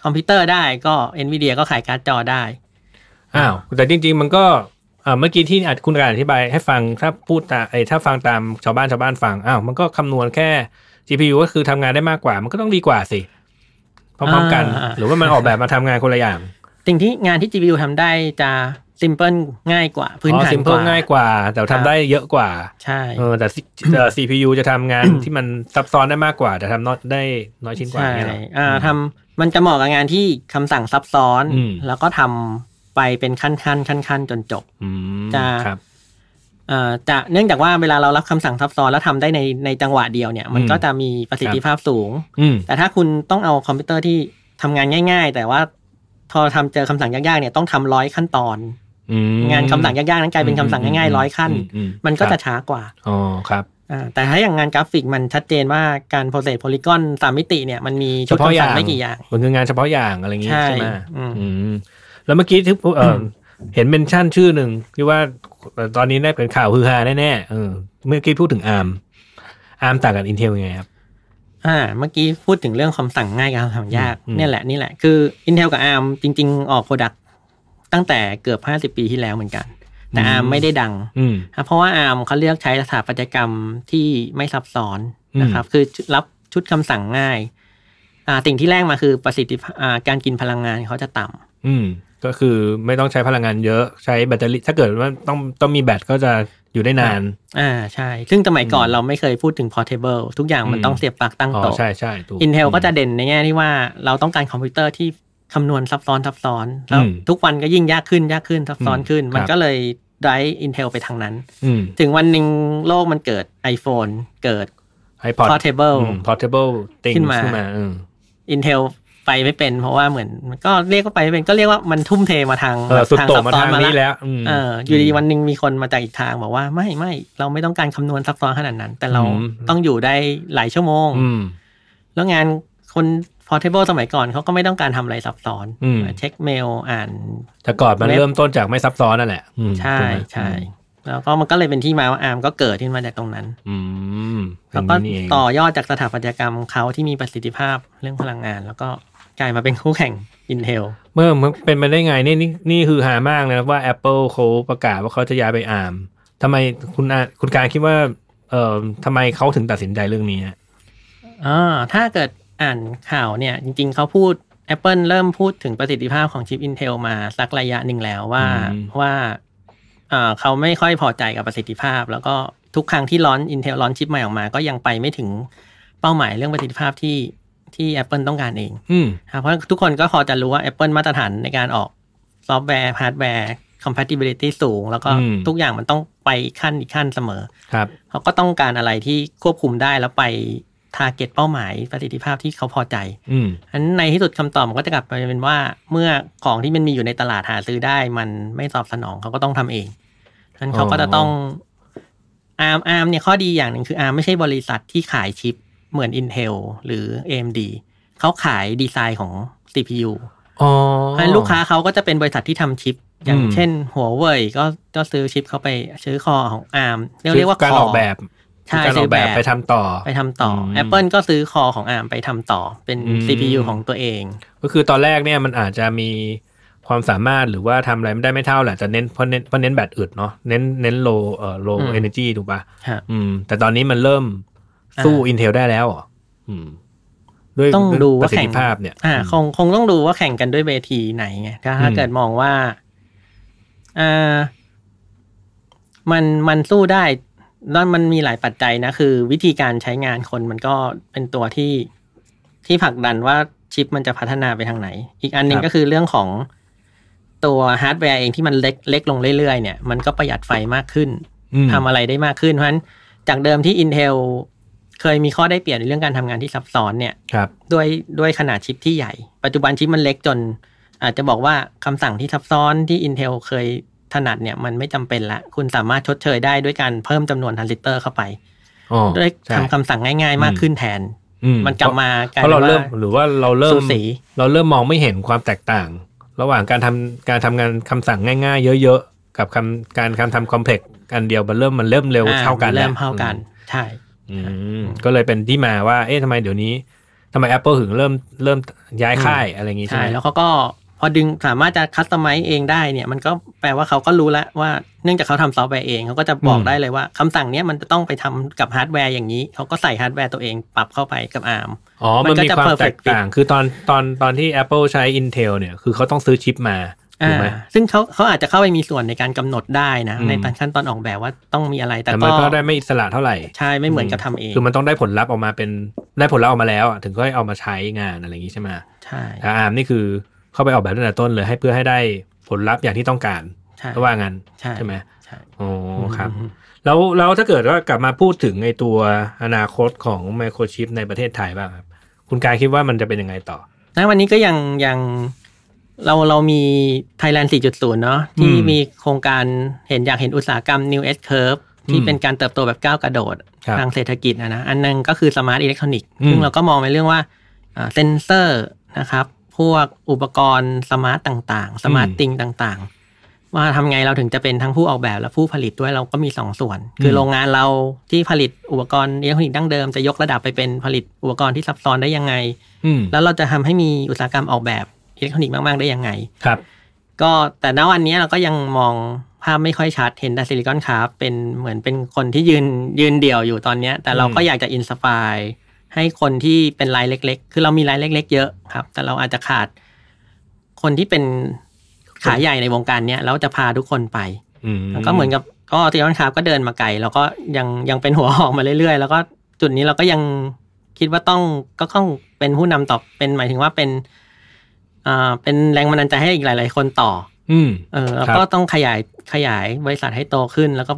Speaker 3: คอมพิวเตอร์ได้ก็ NVIDIA ก็ขายการ์ดจอได้
Speaker 1: อ้าวแต่จริง ๆ มันก็อ่าเมื่อกี้ที่อาจคุณการอธิบายให้ฟังถ้าพูดตามไอ้ยถ้าฟังตามชาวบ้านชาวบ้านฟังอ้าวมันก็คำนวณแค่ GPU ก็คือทำงานได้มากกว่า มันก็ต้องดีกว่าสิพร้อมๆกัน
Speaker 3: อ่า
Speaker 1: หรือว่ามันออกแบบมาทำงานคนละอย่าง
Speaker 3: สิ่งที่งานที่ GPU ทำได้จะ simple ง่ายกว่า พื้นฐาน
Speaker 1: ซิม
Speaker 3: ก
Speaker 1: เพิล
Speaker 3: ว่า
Speaker 1: ง่ายกว่า แต่
Speaker 3: ครั
Speaker 1: ทำ
Speaker 3: บ
Speaker 1: ได้เยอะกว่า
Speaker 3: ใช่
Speaker 1: เออแต่ C- เอ่อ CPU จะทำงาน ที่มันซับซ้อนได้มากกว่า แต่ทำน้อยได้น้อยชิ้นกว่า
Speaker 3: ใช่
Speaker 1: เนี่ยหรอ
Speaker 3: อ่า
Speaker 1: อืม
Speaker 3: ทำมันจะเหมาะกับงานที่คำสั่งซับซ้อน
Speaker 1: อืม
Speaker 3: แล้วก็ทำไปเป็นขั้นขั้นขั้นขั้นๆจนจบ
Speaker 1: อืม
Speaker 3: จะ
Speaker 1: ครับ
Speaker 3: เอ่อจะเนื่องจากว่าเวลาเรารับคำสั่งซับซ้อนแล้วทำได้ในในจังหวะเดียวเนี่ยมัน
Speaker 1: อืม
Speaker 3: ก็จะมีประสิทธิภาพสูง
Speaker 1: อืม
Speaker 3: แต่ถ้าคุณต้องเอาคอมพิวเตอร์ที่ทำงานง่าย ๆ แต่ว่าพอทำเจอคำสั่งยากๆเนี่ยต้องทำร้อยขั้นตอน
Speaker 1: อืม
Speaker 3: งานคำสั่งยากๆนั้นกลายเป็นคำสั่งง่ายๆร้อยขั้น
Speaker 1: อื
Speaker 3: มันก็
Speaker 1: ครั
Speaker 3: จะ
Speaker 1: บ
Speaker 3: ช้ากว่า
Speaker 1: อ๋อครับ
Speaker 3: อ่าแต่ถ้าอย่างงานกราฟิกมันชัดเจนว่าการโปรเซสโพลีกอนสามมิติเนี่ยมันมี
Speaker 1: เฉ
Speaker 3: ชุด
Speaker 1: พาะอ
Speaker 3: คำ
Speaker 1: ย่า
Speaker 3: สั่
Speaker 1: ง
Speaker 3: งไม่กี่อย่าง
Speaker 1: มันคืองานเฉพาะอย่างอะไรอย่างงี้
Speaker 3: ใช่
Speaker 1: ใช่ไหม
Speaker 3: อืม
Speaker 1: อืมแล้วเมื่อกี้ที่พูดเอ่ออเห็นเมนชั่นชื่อหนึ่งที่ว่าตอนนี้ได้เป็นข่าวฮือฮาแน่ๆเออเมื่อกี้พูดถึงอาร์มอาร์มต่างกับอินเทลยังไงครับ
Speaker 3: อ่าเมื่อกี้พูดถึงเรื่องคำสั่งง่ายกับคำสั่งยาก
Speaker 1: อืม
Speaker 3: เนี่ยแหละนี่แหละคือ Intel กับ ARM จริง ๆ ออกโปรดักตั้งแต่เกือบ 50 ปีที่แล้วเหมือนกัน แต่ ARM ไม่ได้ดัง
Speaker 1: อืม
Speaker 3: อ่ะเพราะว่า ARM เขาเลือกใช้สถาปัตยกรรมที่ไม่ซับซ้อนนะครับ คือรับชุดคำสั่งง่ายอ่าสิ่งที่แรกมาคือประสิทธิภาพอ่าการกินพลังงานเขาจะต่ำ
Speaker 1: อืม ก็คือไม่ต้องใช้พลังงานเยอะใช้แบตเตอรี่ถ้าเกิดว่าต้องต้องมีแบตก็จะอยู่ได้นาน
Speaker 3: อ่าใช่ ซึ่งสมัยก่อนเราไม่เคยพูดถึง portable ทุกอย่างมัน
Speaker 1: อืม
Speaker 3: ต้องเสียบปลั๊กตั้ง
Speaker 1: อ๋อ
Speaker 3: โต๊ะ
Speaker 1: ใช่ใช่ถูก
Speaker 3: Intel ก็จะเด่นในแง่ที่ว่าเราต้องการคอมพิวเตอร์ที่คำนวณซับซ้อนซับซ้อนแล้ว
Speaker 1: อืม
Speaker 3: ทุกวันก็ยิ่งยากขึ้นยากขึ้นซับซ้อน
Speaker 1: อืม
Speaker 3: ขึ้น มัน
Speaker 1: ครับ
Speaker 3: ก็เลยได้ Intel ไปทางนั้น
Speaker 1: อืม
Speaker 3: ถึงวันหนึ่งโลกมันเกิด iPhone เกิด
Speaker 1: ไอพอด
Speaker 3: portable
Speaker 1: พอร์ตเบิลติง
Speaker 3: ขึ้
Speaker 1: ขึ้
Speaker 3: นมา
Speaker 1: นมาอืม
Speaker 3: Intel ไปไม่เป็น เพราะว่าเหมือนมันก็เรียกว่าไปไม่เป็นก็เรียกว่ามันทุ่มเทมาทาง
Speaker 1: เออสุด
Speaker 3: ทาง
Speaker 1: โต่
Speaker 3: ซั
Speaker 1: งมา
Speaker 3: ซ้อ
Speaker 1: ทางนี้
Speaker 3: ะ
Speaker 1: แล้วอืม
Speaker 3: เอออยู่ดีวันหนึ่งมีคนมาจากอีกทางบอกว่าไม่ไม่เราไม่ต้องการคำนวณซับซ้อนขนาดนั้น แต่เรา
Speaker 1: อืม
Speaker 3: ต้องอยู่ได้หลายชั่วโมง
Speaker 1: อืม
Speaker 3: แล้วงานคนพอเทเบิลสมัยก่อนเขาก็ไม่ต้องการทำอะไรซับซ้อน
Speaker 1: อืม
Speaker 3: เช็คเมลอ่าน
Speaker 1: แต่ก่อนมัน
Speaker 3: เว็บ
Speaker 1: เริ่มต้นจากไม่ซับซ้อนนั่นแหละอืม
Speaker 3: ใช่
Speaker 1: ถูกไหม
Speaker 3: ใช่แล้วก็มันก็เลยเป็นที่มาว่าอาร์มก็เกิดขึ้นมาจากตรงนั้น
Speaker 1: อืม
Speaker 3: แล้วก็
Speaker 1: ย่างนี้นี่เง
Speaker 3: ต่อยอดจากสถาปัตยกรรมเขาที่มีประสิทธิภาพเรื่องพลังงาน แล้วก็กลายมาเป็นคู่แข่ง Intel
Speaker 1: เมื่อมันเป็นไปได้ไงเนี่ยนี่นี่คือหามากนะว่า Apple เขาประกาศว่าเขาจะย้ายไปอาร์มทำไมคุณอาคุณการคิดว่า เอ่อทำไมเขาถึงตัดสินใจเรื่องนี้ฮะ
Speaker 3: อ่าถ้าเกิดอ่านข่าวเนี่ย จริงๆเขาพูด Apple เริ่มพูดถึงประสิทธิภาพของชิป Intel มาสักระยะหนึ่งแล้วว่าว่าอ่าเขาไม่ค่อยพอใจกับประสิทธิภาพ แล้วก็ทุกครั้งที่ร้อน Intel ร้อนชิปใหม่ออกมา ก็ยังไปไม่ถึงเป้าหมายเรื่องประสิทธิภาพที่ที่ Apple ต้องการเอง
Speaker 1: อืม
Speaker 3: นะครับเพราะทุกคนก็พอจะรู้ว่า Apple มาตรฐานในการออกซอฟต์แวร์ฮาร์ดแวร์ compatibility สูง แล้วก็
Speaker 1: อืม
Speaker 3: ทุกอย่างมันต้องไปขั้นอีกขั้นเสมอ
Speaker 1: ครับ
Speaker 3: เขาก็ต้องการอะไรที่ควบคุมได้แล้วไปทาร์เก็ตเป้าหมายประสิทธิภาพที่เขาพอใจ
Speaker 1: อืม
Speaker 3: อันในที่สุดคำตอบมันก็จะกลับไปเป็นว่าเมื่อของที่มันมีอยู่ในตลาดหาซื้อได้ มันไม่ตอบสนองเขาก็ต้องทำเองฉะนั้นเขาก็จะต้องอาร์มอาร์มเนี่ยข้อดีอย่างหนึ่งคืออาร์มไม่ใช่บริษัทที่ขายชิปเหมือน Intel หรือ AMD เขาขายดีไซน์ของ CPU
Speaker 1: อ๋อ
Speaker 3: เพราะฉะนั้นลูกค้าเขาก็จะเป็นบริษัทที่ทำชิป อย่าง
Speaker 1: อืม
Speaker 3: เช่นหัวเว่ยก็ก็ซื้อชิปเข้าไปซื้อคอของอาร์มเรียกเรียกว่า
Speaker 1: คือการ
Speaker 3: คอ
Speaker 1: ออกแบบ
Speaker 3: ใช่
Speaker 1: การอ
Speaker 3: ซื้
Speaker 1: อ
Speaker 3: อก แบ
Speaker 1: แบบบไปทำต่อ
Speaker 3: ไปทำต่ออ
Speaker 1: ม
Speaker 3: Apple ก็ซื้อคอของ ARM ไปทำต่อเป็น
Speaker 1: อืม
Speaker 3: CPU ของตัวเอง
Speaker 1: ก็คือตอนแรกเนี่ยมันอาจจะมีความสามารถหรือว่าทำอะไรไม่ได้ไม่เท่าแหละแต่เน้นเพราะเน้นเพราะเน้นแบตอึดเนาะเน้นเน้น low เอ่อ low
Speaker 3: อืม
Speaker 1: energy ถูกปะ
Speaker 3: ฮะ
Speaker 1: อืม แต่ตอนนี้มันเริ่มสู้
Speaker 3: อ่า
Speaker 1: Intel ได้แล้วเหรออืม ด้วย
Speaker 3: ต้องดูว่า
Speaker 1: ประสิท
Speaker 3: แข่ง
Speaker 1: ธิภาพเนี่ย
Speaker 3: อ่า
Speaker 1: อืม
Speaker 3: คงคงต้องดูว่าแข่งกันด้วยเวทีไหนไงถ้า
Speaker 1: อืม
Speaker 3: ถ้าเกิดมองว่าอ่ามันมันสู้ได้แล้วมันมีหลายปัจจัยนะ คือวิธีการใช้งานคนมันก็เป็นตัวที่ที่ผลักดันว่าชิปมันจะพัฒนาไปทางไหน อีกอันหนึ่งก็คือเรื่องของตัวฮาร์ดแวร์เองที่มันเล็กเล็กลงเรื่อยๆเนี่ยมันก็ประหยัดไฟมากขึ้น
Speaker 1: ม
Speaker 3: ทำอะไรได้มากขึ้น เพราะฉะนั้นจากเดิมที่ Intel เคยมีข้อได้เปรียบในเรื่องการทำงานที่ซับซ้อนเนี่ย
Speaker 1: ครับ
Speaker 3: ด้วยด้วยขนาดชิปที่ใหญ่ ปัจจุบันชิปมันเล็กจน อาจจะบอกว่าคำสั่งที่ซับซ้อนที่ Intel เคยถนัดเนี่ยมันไม่จำเป็นละ คุณสามารถชดเชยได้ด้วยการเพิ่มจำนวนทรานซิสเตอร์เข้าไป
Speaker 1: อ๋อ
Speaker 3: ด้วย
Speaker 1: ใช่
Speaker 3: ทำคำสั่งง่ายๆ มาก
Speaker 1: อืม
Speaker 3: ขึ้นแทน
Speaker 1: อื
Speaker 3: มันกลับมา
Speaker 1: เพ
Speaker 3: กลาย
Speaker 1: ราะ
Speaker 3: เป็
Speaker 1: เรา
Speaker 3: น
Speaker 1: เริ่ม
Speaker 3: ว่า
Speaker 1: หรือว่าเราเริ่
Speaker 3: สู
Speaker 1: ม
Speaker 3: สี
Speaker 1: เราเริ่มมองไม่เห็นความแตกต่าง ระหว่างการทำการทำงานคำสั่งง่าย ๆ เยอะๆ กับคำการคำทำคอมเพล็กกันเดียวมันเริ่มมันเริ่มเร็ว
Speaker 3: อ่
Speaker 1: เท่ากัน
Speaker 3: เริ่ม
Speaker 1: แล้ว
Speaker 3: เท่ากันใช่
Speaker 1: อืมอืมก็เลยเป็นที่มาว่า เอ๊ะทำไมเดี๋ยวนี้ทำไม Apple ถึงเริ่มเริ่มย้ายค่ายอะไรอย่างงี้ใช่
Speaker 3: ใช่
Speaker 1: ไหม
Speaker 3: แล้วเขาก็พอดึงสามารถจะคัสตอมไมซ์เองได้เนี่ย มันก็แปลว่าเขาก็รู้แล้วว่าเนื่องจากเขาทำซอฟต์แวร์เองเขาก็จะบอก
Speaker 1: อืม
Speaker 3: ได้เลยว่าคำสั่งเนี้ยมันจะต้องไปทำกับฮาร์ดแวร์อย่างนี้ เขาก็ใส่ฮาร์ดแวร์ตัวเองปรับเข้าไปกับ ARM
Speaker 1: อ๋อ
Speaker 3: มั
Speaker 1: มัน
Speaker 3: นก็
Speaker 1: มี
Speaker 3: จะ
Speaker 1: ความ
Speaker 3: perfect
Speaker 1: แตกต่าง คือตอนตอนตอนที่ Apple ใช้ Intel เนี่ย คือเขาต้องซื้อชิปมาถูกไหม
Speaker 3: อ่าซึ่งเขาเขาอาจจะเข้าไปมีส่วนในการกำหนดได้นะ
Speaker 1: อืม
Speaker 3: ในตอนขั้นตอนออกแบบว่าต้องมีอะไรแต่
Speaker 1: แต่
Speaker 3: ก็
Speaker 1: มันก็ได้ไม่อิสระเท่าไหร่
Speaker 3: ใช่ไม่เหมือนกับทำเอง
Speaker 1: คือมันต้องได้ผลลัพธ์ออกมาเป็นได้ผลลัพธ์ออกมาแล้วอะถึงค่อยเอามาใช้งานอะไรอย่างงี้ใช่ไหม
Speaker 3: ใช่
Speaker 1: แต่อาร์มนี่คือเข้าไปออกแบบตั้งแต่ต้นเลยให้เพื่อให้ได้ผลลัพธ์อย่างที่ต้องการ
Speaker 3: ใช่
Speaker 1: ก็ว่างั้น
Speaker 3: ใช่
Speaker 1: ใช่ไหม
Speaker 3: ใช่
Speaker 1: อ๋อครับ แล้วแล้วถ้าเกิดว่ากลับมาพูดถึงไอตัวอนาคตของไมโครชิปในประเทศไทยบ้างครับ คุณกายคิดว่ามันจะเป็นยังไงต่อ
Speaker 3: นะวันนี้ก็ยังยังเราเรามี Thailand 4.0 เนาะที่
Speaker 1: อืม
Speaker 3: มีโครงการเห็นอยากเห็นอุตสาหกรรม New S Curve ที่
Speaker 1: อืม
Speaker 3: เป็นการเติบโตแบบก้าวกระโดด
Speaker 1: ครับ
Speaker 3: ทางเศรษฐกิจนะนะอันหนึงก็คือสมาร์ทอิเล็กทรอนิกส์
Speaker 1: อืม
Speaker 3: ซึ่งเราก็มองในเรื่องว่าเซนเซอร์นะครับ พวกอุปกรณ์สมาร์ตต่างๆ สมาร์ตติงต่างๆ ว่าทำไงเราถึงจะเป็นทั้งผู้ออกแบบและผู้ผลิตด้วยเราก็มีสองส่วน คือโรงงานเราที่ผลิตอุปกรณ์อิเล็กทรอนิกส์ดั้งเดิมจะยกระดับไปเป็นผลิตอุปกรณ์ที่ซับซ้อนได้ยังไง
Speaker 1: อืม
Speaker 3: แล้วเราจะทำให้มีอุตสาหกรรมออกแบบอิเล็กทรอนิกส์มาก ๆ ได้ยังไง
Speaker 1: ครับ
Speaker 3: ก็แต่ณวันนี้เราก็ยังมองภาพไม่ค่อยชัด เห็นแต่ซิลิคอนคาร์เป็นเหมือนเป็นคนที่ยืนยืนเดี่ยวอยู่ตอนเนี้ยแต่เราก็
Speaker 1: อืม
Speaker 3: อยากจะอินสปายให้คนที่เป็นรายเล็ก ๆ คือเรามีรายเล็ก ๆ เยอะครับ แต่เราอาจจะขาดคนที่เป็น ขายใหญ่ในวงการเนี้ยแล้วจะพาทุกคนไป
Speaker 1: อื
Speaker 3: แล้วก็เหมือนกับก็ทีนั้นครับก็เดินมาไกลแล้วก็ยังยังเป็นหัวหอกมาเรื่อยๆ แล้วก็จุดนี้เราก็ยังคิดว่าต้องก็ต้องเป็นผู้นำต่อเป็นหมายถึงว่าเป็นอ่าเป็นแรงบันดาลใจให้อีกหลาย ๆ คนต่อ
Speaker 1: อืม
Speaker 3: เออแล้ว
Speaker 1: ครับ
Speaker 3: ก็ต้องขยายขยายบริษัทให้โตขึ้น แล้วก็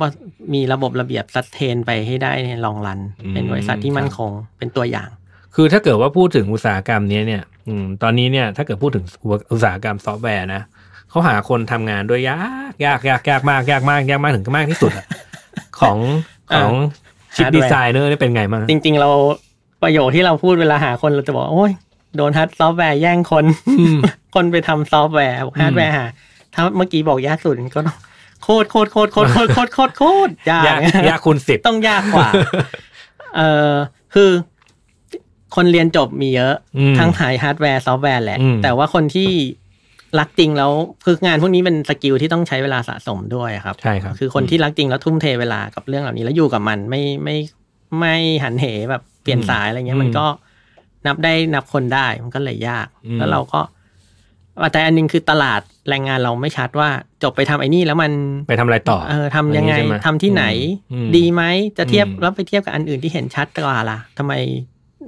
Speaker 3: มีระบบระเบียบสัตเทนไปให้ได้ในลองรัน เป็นบริษัทที่มั่นคงเป็นตัวอย่าง
Speaker 1: คือถ้าเกิดว่าพูดถึงอุตสาหกรรมเนี้ยเนี่ยอืมตอนนี้เนี่ยถ้าเกิดพูดถึงอุตสาหกรรมซอฟต์แวร์นะเขาหาคนทำงานด้วยยากยากยากยากมากยากมากยากมากถึงมากที่สุดอะของของชิปดีไซเนอร์นี่เป็นไงบ้าง
Speaker 3: จริง ๆ เราประโยคที่เราพูดเวลาหาคนเราจะบอกว่าโอ้ยโดนฮัดซอฟต์แวร์แย่งคน
Speaker 1: อืม
Speaker 3: คนไปทำซอฟต์แวร์บอกฮาร์ดแวร์หาถ้าเมื่อกี้บอกยากสุดก็ต้องโคตรโคตรโคตรโคตรโคตรโคตรโคตรโคตรยาก
Speaker 1: ยากยากคูณสิบ
Speaker 3: ต้องยากกว่า เออคือคนเรียนจบมีเยอะ
Speaker 1: อืม
Speaker 3: ทั้งหายฮาร์ดแวร์ซอฟต์แวร์แหละ
Speaker 1: อืม
Speaker 3: แต่ว่าคนที่รักจริงแล้วคืองานพวกนี้เป็นสกิลที่ต้องใช้เวลาสะสมด้วยครับ
Speaker 1: ใช่ครับ
Speaker 3: คือคนที่รักจริงแล้วทุ่มเทเวลากับเรื่องเหล่านี้แล้วอยู่กับมันไม่ไม่ไม่หันเหแบบเปลี่ยนสายอะไรเงี้ย
Speaker 1: อืม
Speaker 3: มันก็นับได้นับคนได้มันก็เลยยาก
Speaker 1: อืม
Speaker 3: แล้วเราก็แต่อันหนึงคือตลาดแรงงานเราไม่ชัดว่าจบไปทำไอ้นี่แล้วมัน
Speaker 1: ไปทำอะไรต่อ
Speaker 3: เออทำยังไง
Speaker 1: อย่างนี้ใช่ไหม
Speaker 3: ทำที่ไหน
Speaker 1: อืม
Speaker 3: ดีไหมจะเทียบ
Speaker 1: อืม
Speaker 3: แล้วไปเทียบกับอันอื่นที่เห็นชัดกว่าล่ะทำไม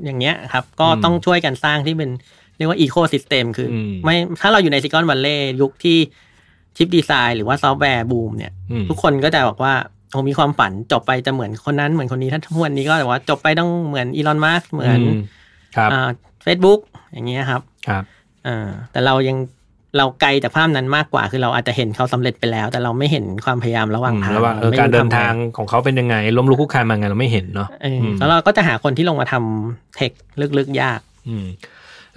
Speaker 3: อย่างเงี้ยครับ ก็
Speaker 1: อืม
Speaker 3: ต้องช่วยกันสร้างที่เป็นเรียกว่าอีโค y ิสเต็มคืออ
Speaker 1: ม
Speaker 3: ไม่ถ้าเราอยู่ในซิลิคอนวัลเลย์ยุคที่ชิปดีไซน์หรือว่าซอฟต์แวร์บูมเนี่ย
Speaker 1: ม
Speaker 3: ทุกคนก็จะบอกว่าผมมีความฝันจบไปจะเหมือนคนนั้นเหมือนคนนี้ถ้าทุกวันนี้ก็แบบว่าจบไปต้องเหมือนอีลอนมัสเหมือน
Speaker 1: อืมครับ
Speaker 3: เฟซบุ๊กอย่างเงี้ยครับ
Speaker 1: ครับ
Speaker 3: อ่าแต่เรายังเราไกลจากภาพนั้นมากกว่า คือเราอาจจะเห็นเขาสำเร็จไปแล้ว แต่เราไม่เห็นความพยายามระหว่างทาง
Speaker 1: แล้วว่าเออ
Speaker 3: ไม่
Speaker 1: การเดินทาง
Speaker 3: ทำไ
Speaker 1: ของเขาเป็นยังไง ล้มลุกคลุกคลานมาไงเราไม่เห็นเนาะ
Speaker 3: เออแล้วเราก็จะหาคนที่ลงมาทำเทคลึกๆยาก
Speaker 1: อืม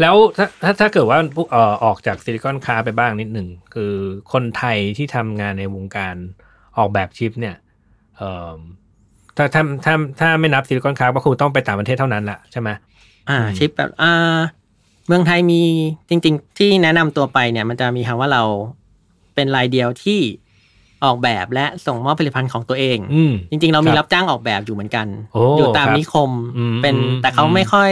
Speaker 1: แล้วถ้าถ้าถ้าเกิดว่าพวกเอ่อออกจากซิลิคอนคาไปบ้างนิดหนึ่ง คือคนไทยที่ทำงานในวงการออกแบบชิปเนี่ยเอ่อถ้าถ้าถ้าถ้าไม่นับซิลิคอนคาก็คงต้องไปต่างประเทศเท่านั้นแหละใช่ไหม
Speaker 3: อ่า
Speaker 1: อืม
Speaker 3: ชิปแบบอ่าเมืองไทยมีจริง ๆ ที่แนะนำตัวไปเนี่ย มันจะมีคำว่าเราเป็นรายเดียวที่ออกแบบและส่งมอบผลิตภัณฑ์ของตัวเอง
Speaker 1: อืม
Speaker 3: จริง ๆ เรา
Speaker 1: ค
Speaker 3: มี
Speaker 1: รับ
Speaker 3: รับจ้างออกแบบอยู่เหมือนกัน
Speaker 1: โอ้
Speaker 3: อยู่ตาม
Speaker 1: ครับ
Speaker 3: นิคม
Speaker 1: อืม
Speaker 3: เป็น
Speaker 1: อืม
Speaker 3: แต่เขาไม่ค่อย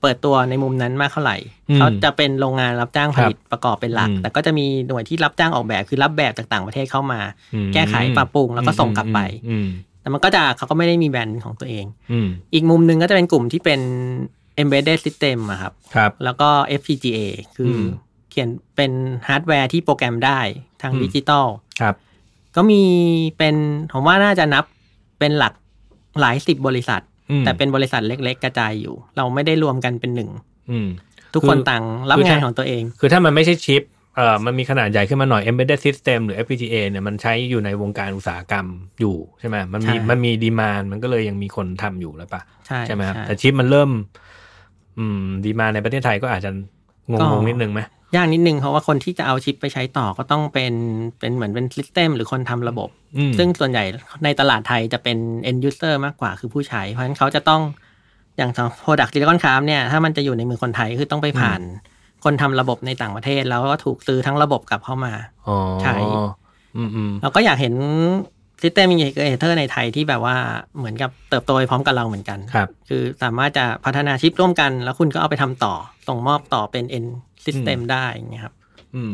Speaker 3: เปิดตัวในมุมนั้นมากเท่าไหร่
Speaker 1: อืม
Speaker 3: เขาจะเป็นโรงงานรับจ้างผลิตประกอบเป็นหลัก
Speaker 1: อืม
Speaker 3: แต่ก็จะมีหน่วยที่รับจ้างออกแบบคือรับแบบจากต่างประเทศเข้ามา
Speaker 1: อืม
Speaker 3: แก้ไขปรับปรุงแล้วก็ส่งกลับไป
Speaker 1: อืม
Speaker 3: แต่มันก็จะเขาก็ไม่ได้มีแบรนด์ของตัวเอง
Speaker 1: อืม
Speaker 3: อีกมุมหนึ่งก็จะเป็นกลุ่มที่เป็น embedded system อะครับ
Speaker 1: ครับ
Speaker 3: แล้วก็ FPGA คืออ
Speaker 1: ม
Speaker 3: เขียนเป็นฮาร์ดแวร์ที่โปรแกรมได้ทาง
Speaker 1: อืม
Speaker 3: ดิจิตอล
Speaker 1: ครับ
Speaker 3: ก็มีเป็นผมว่าน่าจะนับเป็นหลักหลายสิบบริษัท
Speaker 1: อืม
Speaker 3: แต่เป็นบริษัทเล็ก ๆ กระจายอยู่ เราไม่ได้รวมกันเป็นหนึ่ง
Speaker 1: อืม
Speaker 3: ทุก
Speaker 1: คือ
Speaker 3: คนต่างรับ
Speaker 1: คือถ้า
Speaker 3: งานของตัวเอง
Speaker 1: คือถ้ามันไม่ใช่ชิป เอ่อ มันมีขนาดใหญ่ขึ้นมาหน่อย embedded system หรือ FPGA เนี่ยมันใช้อยู่ในวงการอุตสาหกรรมอยู่ใช่ไหมมันมี
Speaker 3: ใช่
Speaker 1: มันมีดีมานมันก็เลยยังมีคนทำอยู่แล้วปะ
Speaker 3: ใช่
Speaker 1: ใช่ไหมครับแต่
Speaker 3: ใช่
Speaker 1: ชิปมันเริ่ม อืมดีมาในประเทศไทยก็อาจจะงงงๆนิดนึงไหม
Speaker 3: ยากนิดนึงเพราะว่าคนที่จะเอาชิปไปใช้ต่อก็ต้องเป็นเป็นเหมือนเป็นซิสเต็มหรือคนทำระบบ
Speaker 1: อืม
Speaker 3: ซึ่งส่วนใหญ่ในตลาดไทยจะเป็น end user มากกว่าคือผู้ใช้ เพราะฉะนั้นเขาจะต้องอย่างทาง product silicon c a r เนี่ย ถ้ามันจะอยู่ในมือคนไทยคือต้องไปผ่าน คนทำระบบในต่างประเทศ แล้วก็ถูกซื้อทั้งระบบกลับเข้ามา
Speaker 1: อ๋อ
Speaker 3: ใช่
Speaker 1: อืมอืม
Speaker 3: เราก็อยากเห็นซิสเต็มอินเกเตอร์ในไทยที่แบบว่าเหมือนกับเติบโตไปพร้อมกับเราเหมือนกัน
Speaker 1: ครับ
Speaker 3: คือสามารถจะพัฒนาชิปร่วมกัน แล้วคุณก็เอาไปทำต่อ ส่งมอบต่อเป็น end system ได้อย่างเงี้ยครับ
Speaker 1: อืม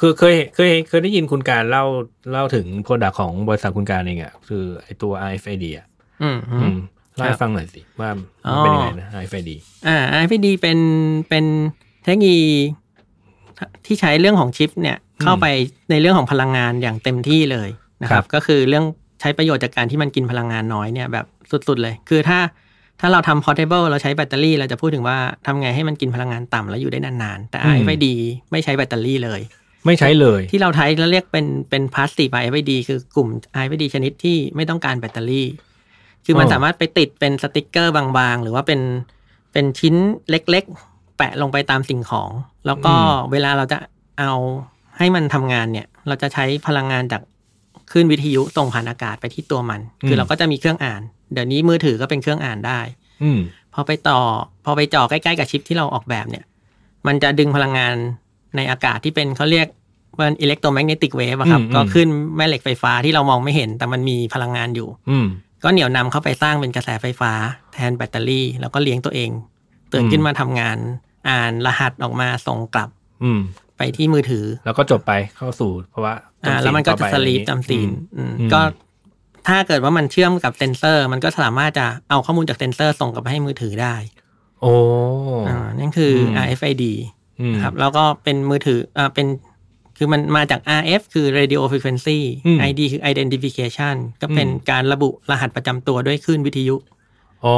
Speaker 1: คือเคยเคยเคยได้ยินคุณการเล่าเล่าถึงโปรดักของบริษัทคุณการเองอะคือไอตัว RFID อะ
Speaker 3: อืมอื
Speaker 1: อื
Speaker 3: ม
Speaker 1: มเล่าให้ฟังหน่อยสิว่ามันเป็นยังไงนะ RFID
Speaker 3: อ่า RFID เป็นเป็นเทคโนโลยีที่ใช้เรื่องของชิปเนี่ยเข้าไปในเรื่องของพลังงานอย่างเต็มที่เลยนะค
Speaker 1: ครั
Speaker 3: รับ
Speaker 1: บ
Speaker 3: ก็คือเรื่องใช้ประโยชน์จากการที่มันกินพลังงานน้อยเนี่ยแบบสุด ๆ เลย คือถ้าถ้าเราทำ portable เราใช้แบตเตอรี่ เราจะพูดถึงว่าทำไงให้มันกินพลังงานต่ำแล้วอยู่ได้นานๆ แต่ RFID ไม่ใช้แบตเตอรี่เลย
Speaker 1: ไม่ใช้เลย
Speaker 3: ที่เราใช้แล้วเรียกเป็นเป็น passive RFID คือกลุ่ม RFID ชนิดที่ไม่ต้องการแบตเตอรี่ คือมันสามารถไปติดเป็นสติกเกอร์บางๆ หรือว่าเป็นเป็นชิ้นเล็กๆ แปะลงไปตามสิ่งของ แล้วก็เวลาเราจะเอาให้มันทำงานเนี่ย เราจะใช้พลังงานจากคลื่นวิทยุส่งผ่านอากาศไปที่ตัวมัน คือเราก็จะมีเครื่องอ่าน เดี๋ยวนี้มือถือก็เป็นเครื่องอ่านได้
Speaker 1: อืม
Speaker 3: พอไปต่อพอไปจ่อใกล้ๆกับชิปที่เราออกแบบเนี่ย มันจะดึงพลังงานในอากาศที่เป็นเขาเรียกว่าอิเล็กโทรแมกเนติกเวฟครับ
Speaker 1: อืมอืม
Speaker 3: ก็ขึ้นแม่เหล็กไฟฟ้าที่เรามองไม่เห็น แต่มันมีพลังงานอยู่
Speaker 1: อืม
Speaker 3: ก็เหนี่ยวนำเข้าไปสร้างเป็นกระแสไฟฟ้า แทนแบตเตอรี่ แล้วก็เลี้ยงตัวเอง ตื่น
Speaker 1: อืม
Speaker 3: ขึ้นมาทำงาน อ่านรหัสออกมาส่งกลับ
Speaker 1: อืม
Speaker 3: ไปที่มือถือ
Speaker 1: แล้วก็จบไปเข้าสู่ภาวะ
Speaker 3: อ่า แล้วมันก็จะส
Speaker 1: ต่อไป
Speaker 3: ลีป
Speaker 1: อย่งนี้
Speaker 3: จำศีลอืม
Speaker 1: อืม
Speaker 3: ก็ถ้าเกิดว่ามันเชื่อมกับเซนเซอร์ มันก็สามารถจะเอาข้อมูลจากเซนเซอร์ส่งกลับไปให้มือถือได้
Speaker 1: โอ้
Speaker 3: อ่านั่นคืออ
Speaker 1: ม
Speaker 3: RFID
Speaker 1: อืม
Speaker 3: นะครับ แล้วก็เป็นมือถืออ่าเป็นคือมันมาจาก RF คือ radio frequency
Speaker 1: อืม
Speaker 3: ID คือ identification ก็เป็น
Speaker 1: อืม
Speaker 3: การระบุรหัสประจำตัวด้วยคลื่นวิทยุ
Speaker 1: อ๋อ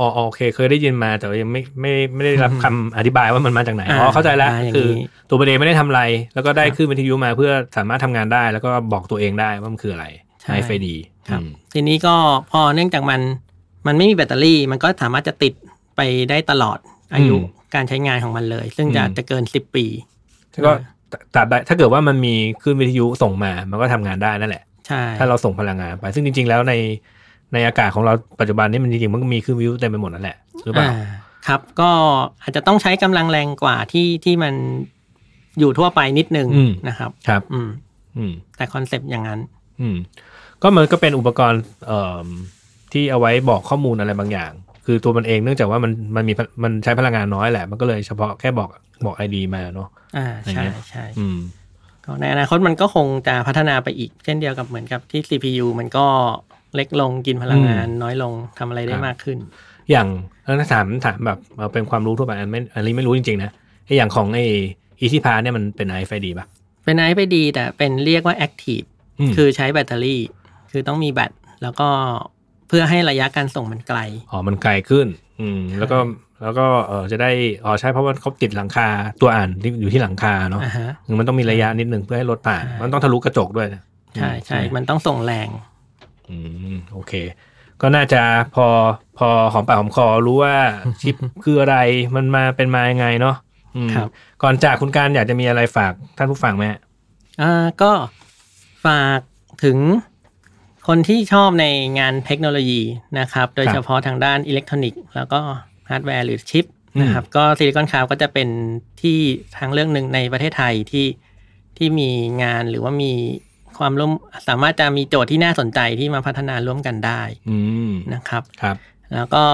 Speaker 1: อ๋ออ๋อโอเค เคยได้ยินมาแต่ว่ายังไม่ไม่ไม่ได้รับคำอธิบายว่ามันมาจากไหน อ๋อ
Speaker 3: อ่า
Speaker 1: เข้าใจแล้ว
Speaker 3: อ่าอย่างนี้
Speaker 1: คือตัวประเด็นไม่ได้ทำอะไร แล้วก็ได้ขึ้นวิทยุมาเพื่อสามารถทำงานได้ แล้วก็บอกตัวเองได้ว่ามันคืออะไร
Speaker 3: ใช่
Speaker 1: ไอไฟดี
Speaker 3: ครับ
Speaker 1: อืม
Speaker 3: ทีนี้ก็พอเนื่องจากมันมันไม่มีแบตเตอรี่ มันก็สามารถจะติดไปได้ตลอดอายุการใช้งานของมันเลย ซึ่งจะจะเกินสิบปี
Speaker 1: แล้วก็ตราบใดถ้าเกิดว่ามันมีขึ้นวิทยุส่งมา มันก็ทำงานได้นั่นแหละ
Speaker 3: ใช่
Speaker 1: ถ้าเราส่งพลังงานไป ซึ่งจริง ๆ แล้วในในอากาศของเราปัจจุบันนี้มันจริงๆมันก็มีขึ้นวิทยุเต็มไปหมดนั่นแหละหรือเปล่า
Speaker 3: อ่าครับก็อาจจะต้องใช้กำลังแรงกว่าที่ที่มันอยู่ทั่วไปนิดนึง
Speaker 1: อืม
Speaker 3: นะครับ
Speaker 1: ครับ
Speaker 3: อืม
Speaker 1: อืม
Speaker 3: แต่คอนเซปต์อย่างนั้น
Speaker 1: อืมก็มันก็เป็นอุปกรณ์เอ่อที่เอาไว้บอกข้อมูลอะไรบางอย่าง คือตัวมันเองเนื่องจากว่ามันมันมีพมันใช้พลังงานน้อยแหละมันก็เลยเฉพาะแค่บอกบอกไอดีมาเนาะ
Speaker 3: อ่า
Speaker 1: อย่าง
Speaker 3: ใช่
Speaker 1: เงี้ย
Speaker 3: ใช่
Speaker 1: อืม
Speaker 3: ก็ในอนาคตมันก็คงจะพัฒนาไปอีก เช่นเดียวกับเหมือนกับที่ CPU มันก็เล็กลงกินพลังงานน้อยลงทำอะไรได้
Speaker 1: ครับ
Speaker 3: มากขึ้น
Speaker 1: อย่างเออถ้าถามถามแบบเอ่อเป็นความรู้ทั่วไปอันไม่อันนี้ไม่รู้จริงๆนะไออย่างของไออีที่พาเนี่ยมันเป็นไอไฟดีป่ะ
Speaker 3: เป็นไอไปดี แต่เป็นเรียกว่า Active
Speaker 1: ม
Speaker 3: คือใช้แบตเตอรี่ คือต้องมีแบตแล้วก็เพื่อให้ระยะการส่งมันไกล
Speaker 1: อ๋อมันไกลขึ้น อืม แล้วก็แล้วก็เออจะได้อ๋อใช่เพราะว่าเขาติดหลังคาตัวอ่านที่อยู่ที่หลังคาเนาะ
Speaker 3: อ่าฮะ
Speaker 1: คือมันต้องมีระยะนิดนึงเพื่อให้รถผ่าน
Speaker 3: ใช่
Speaker 1: มันต้องทะลุกระจกด้วยนะ
Speaker 3: ใช่ใช่
Speaker 1: ไหม
Speaker 3: มันต้องส่งแรง
Speaker 1: อืมโอเค ก็น่าจะพอพอหอมปากหอมคอรู้ว่า ชิ ปคืออะไรมันมาเป็นมายังไงเนาะอืม
Speaker 3: ครับ
Speaker 1: ก่อนจากคุณการอยากจะมีอะไรฝากท่านผู้ฟังไหมฮะ
Speaker 3: อ่าก็ฝากถึงคนที่ชอบในงานเทคโนโลยีนะครับ โดยเฉพาะทางด้านอิเล็กทรอนิกส์แล้วก็ฮาร์ดแวร์หรือชิปนะครับก็ซิลิคอนคาวก็จะเป็นที่ทางเรื่องหนึ่งในประเทศไทยที่ที่มีงานหรือว่ามีความร่วมสามารถจะมีโจทย์ที่น่าสนใจที่มาพัฒนาร่วมกันได้
Speaker 1: อืม
Speaker 3: นะครับ
Speaker 1: ครับ
Speaker 3: แล้วก็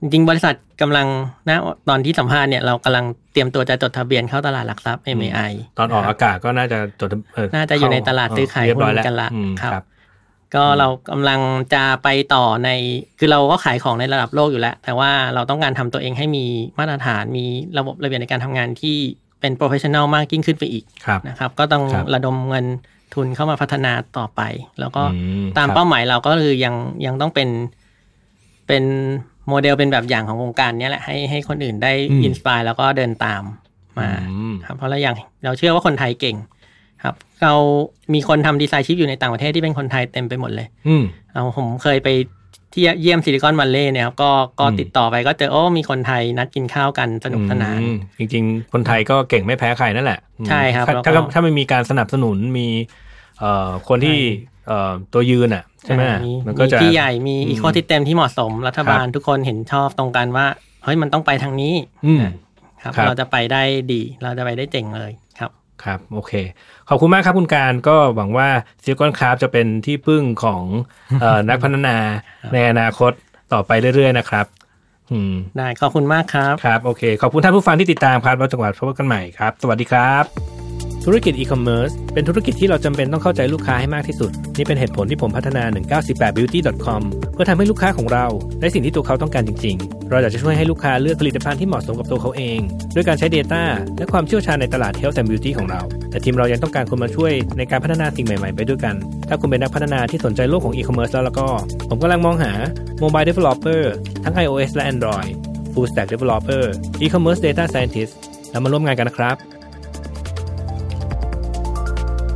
Speaker 3: จริงๆบริษัทกำลังนะตอนที่สัมภาษณ์เนี่ยเรากำลังเตรียมตัวจะจดทะเบียนเข้าตลาดหลักทรัพย์ MAI
Speaker 1: ตอนออก
Speaker 3: ะครับ
Speaker 1: อากาศก็น่าจะจดเ
Speaker 3: น่าจะอยู่ในตลาด
Speaker 1: เข้
Speaker 3: ซื้อขาย
Speaker 1: เรียบร้อย
Speaker 3: หุ้น
Speaker 1: แล้ว
Speaker 3: กันละ
Speaker 1: อืม
Speaker 3: ครับ
Speaker 1: ครับ
Speaker 3: ก็เรากำลังจะไปต่อใน คือเราก็ขายของในระดับโลกอยู่แล้ว แต่ว่าเราต้องการทำตัวเองให้มีมาตรฐานมีระบบระเบียบในการทำงานที่เป็นโปรเฟชชั่น a ลมากยิ่งขึ้นไปอีก
Speaker 1: ครับ
Speaker 3: นะครับ ก็ต้อง
Speaker 1: ครับ
Speaker 3: ระดมเงินทุนเข้ามาพัฒนาต่อไป แล้วก็
Speaker 1: อื
Speaker 3: ตาม
Speaker 1: ครับ
Speaker 3: เป้าหมายเราก็คือยังยังต้องเป็นเป็นโมเดลเป็นแบบอย่างของวงการเนี้ยแหละให้ให้คนอื่นได้อินสปายแล้วก็เดินตามมา
Speaker 1: อืม
Speaker 3: ครับเพราะเราอย่างเราเชื่อว่าคนไทยเก่งครับ เรามีคนทำดีไซน์ชิปอยู่ในต่างประเทศที่เป็นคนไทยเต็มไปหมดเลย
Speaker 1: อืม
Speaker 3: เอาผมเคยไปที่เยี่ยมซิลิคอนวัลเลย์เนี่ยครับก็ก็
Speaker 1: อืม
Speaker 3: ติดต่อไปก็เจอโอ้มีคนไทยนัดกินข้าวกันสนุกสนาน
Speaker 1: อืมจริง ๆ คนไทยก็เก่งไม่แพ้ใครนั่นแหละอืม
Speaker 3: ใช่ครับ
Speaker 1: ถ้า
Speaker 3: แล้วก็
Speaker 1: ถ้าถ้ามันมีการสนับสนุนมีเอ่อคนที่
Speaker 3: ใช่
Speaker 1: เอ่อตัวยืนอ่ะ ใช่ไหม
Speaker 3: อ่ามี
Speaker 1: มันก็
Speaker 3: มี
Speaker 1: จะ
Speaker 3: ที่ใหญ่มี
Speaker 1: อืม
Speaker 3: อีโค y ิสเต็มที่เหมาะสมรัฐบาลทุกคนเห็นชอบตรงกันว่าเฮ้ยมันต้องไปทางนี้
Speaker 1: อืม
Speaker 3: ครับ
Speaker 1: ครับ
Speaker 3: เราจะไปได้ดี เราจะไปได้เจ๋งเลยครับ
Speaker 1: ครับ โอเค ขอบคุณมากครับคุณการก็หวังว่าซิลิคอนคาร์จะเป็นที่พึ่งของเอ่อ นักพัฒนาในอนาคตต่อไปเรื่อยๆนะครับ อืม
Speaker 3: ได้ขอบคุณมากครับ
Speaker 1: ครับ โอเค ขอบคุณท่านผู้ฟังที่ติดตามครับเราจังหวัดพบกันใหม่ครับ สวัสดีครับ ธุรกิจอีคอมเมิร์ซเป็นธุรกิจที่เราจำเป็นต้องเข้าใจลูกค้าให้มากที่สุด นี่เป็นเหตุผลที่ผมพัฒนา 198 beauty com เพื่อทำให้ลูกค้าของเราได้สิ่งที่ตัวเขาต้องการจริง ๆ เราอยากจะช่วยให้ลูกค้าเลือกผลิตภัณฑ์ที่เหมาะสมกับตัวเขาเอง ด้วยการใช้ Data และความเชี่ยวชาญในตลาด Health and Beauty ของเรา แต่ทีมเรายังต้องการคนมาช่วยในการพัฒนาสิ่งใหม่ๆ ไปด้วยกัน ถ้าคุณเป็นนักพัฒนาที่สนใจโลกของอีคอมเมิร์ซแล้วแล้วก็ ผมกำลังมองหา Mobile Developer ทั้ง iOS และ Android Full Stack Developer E-commerce Data Scientist แล้วมาร่วมงานกันนะครับ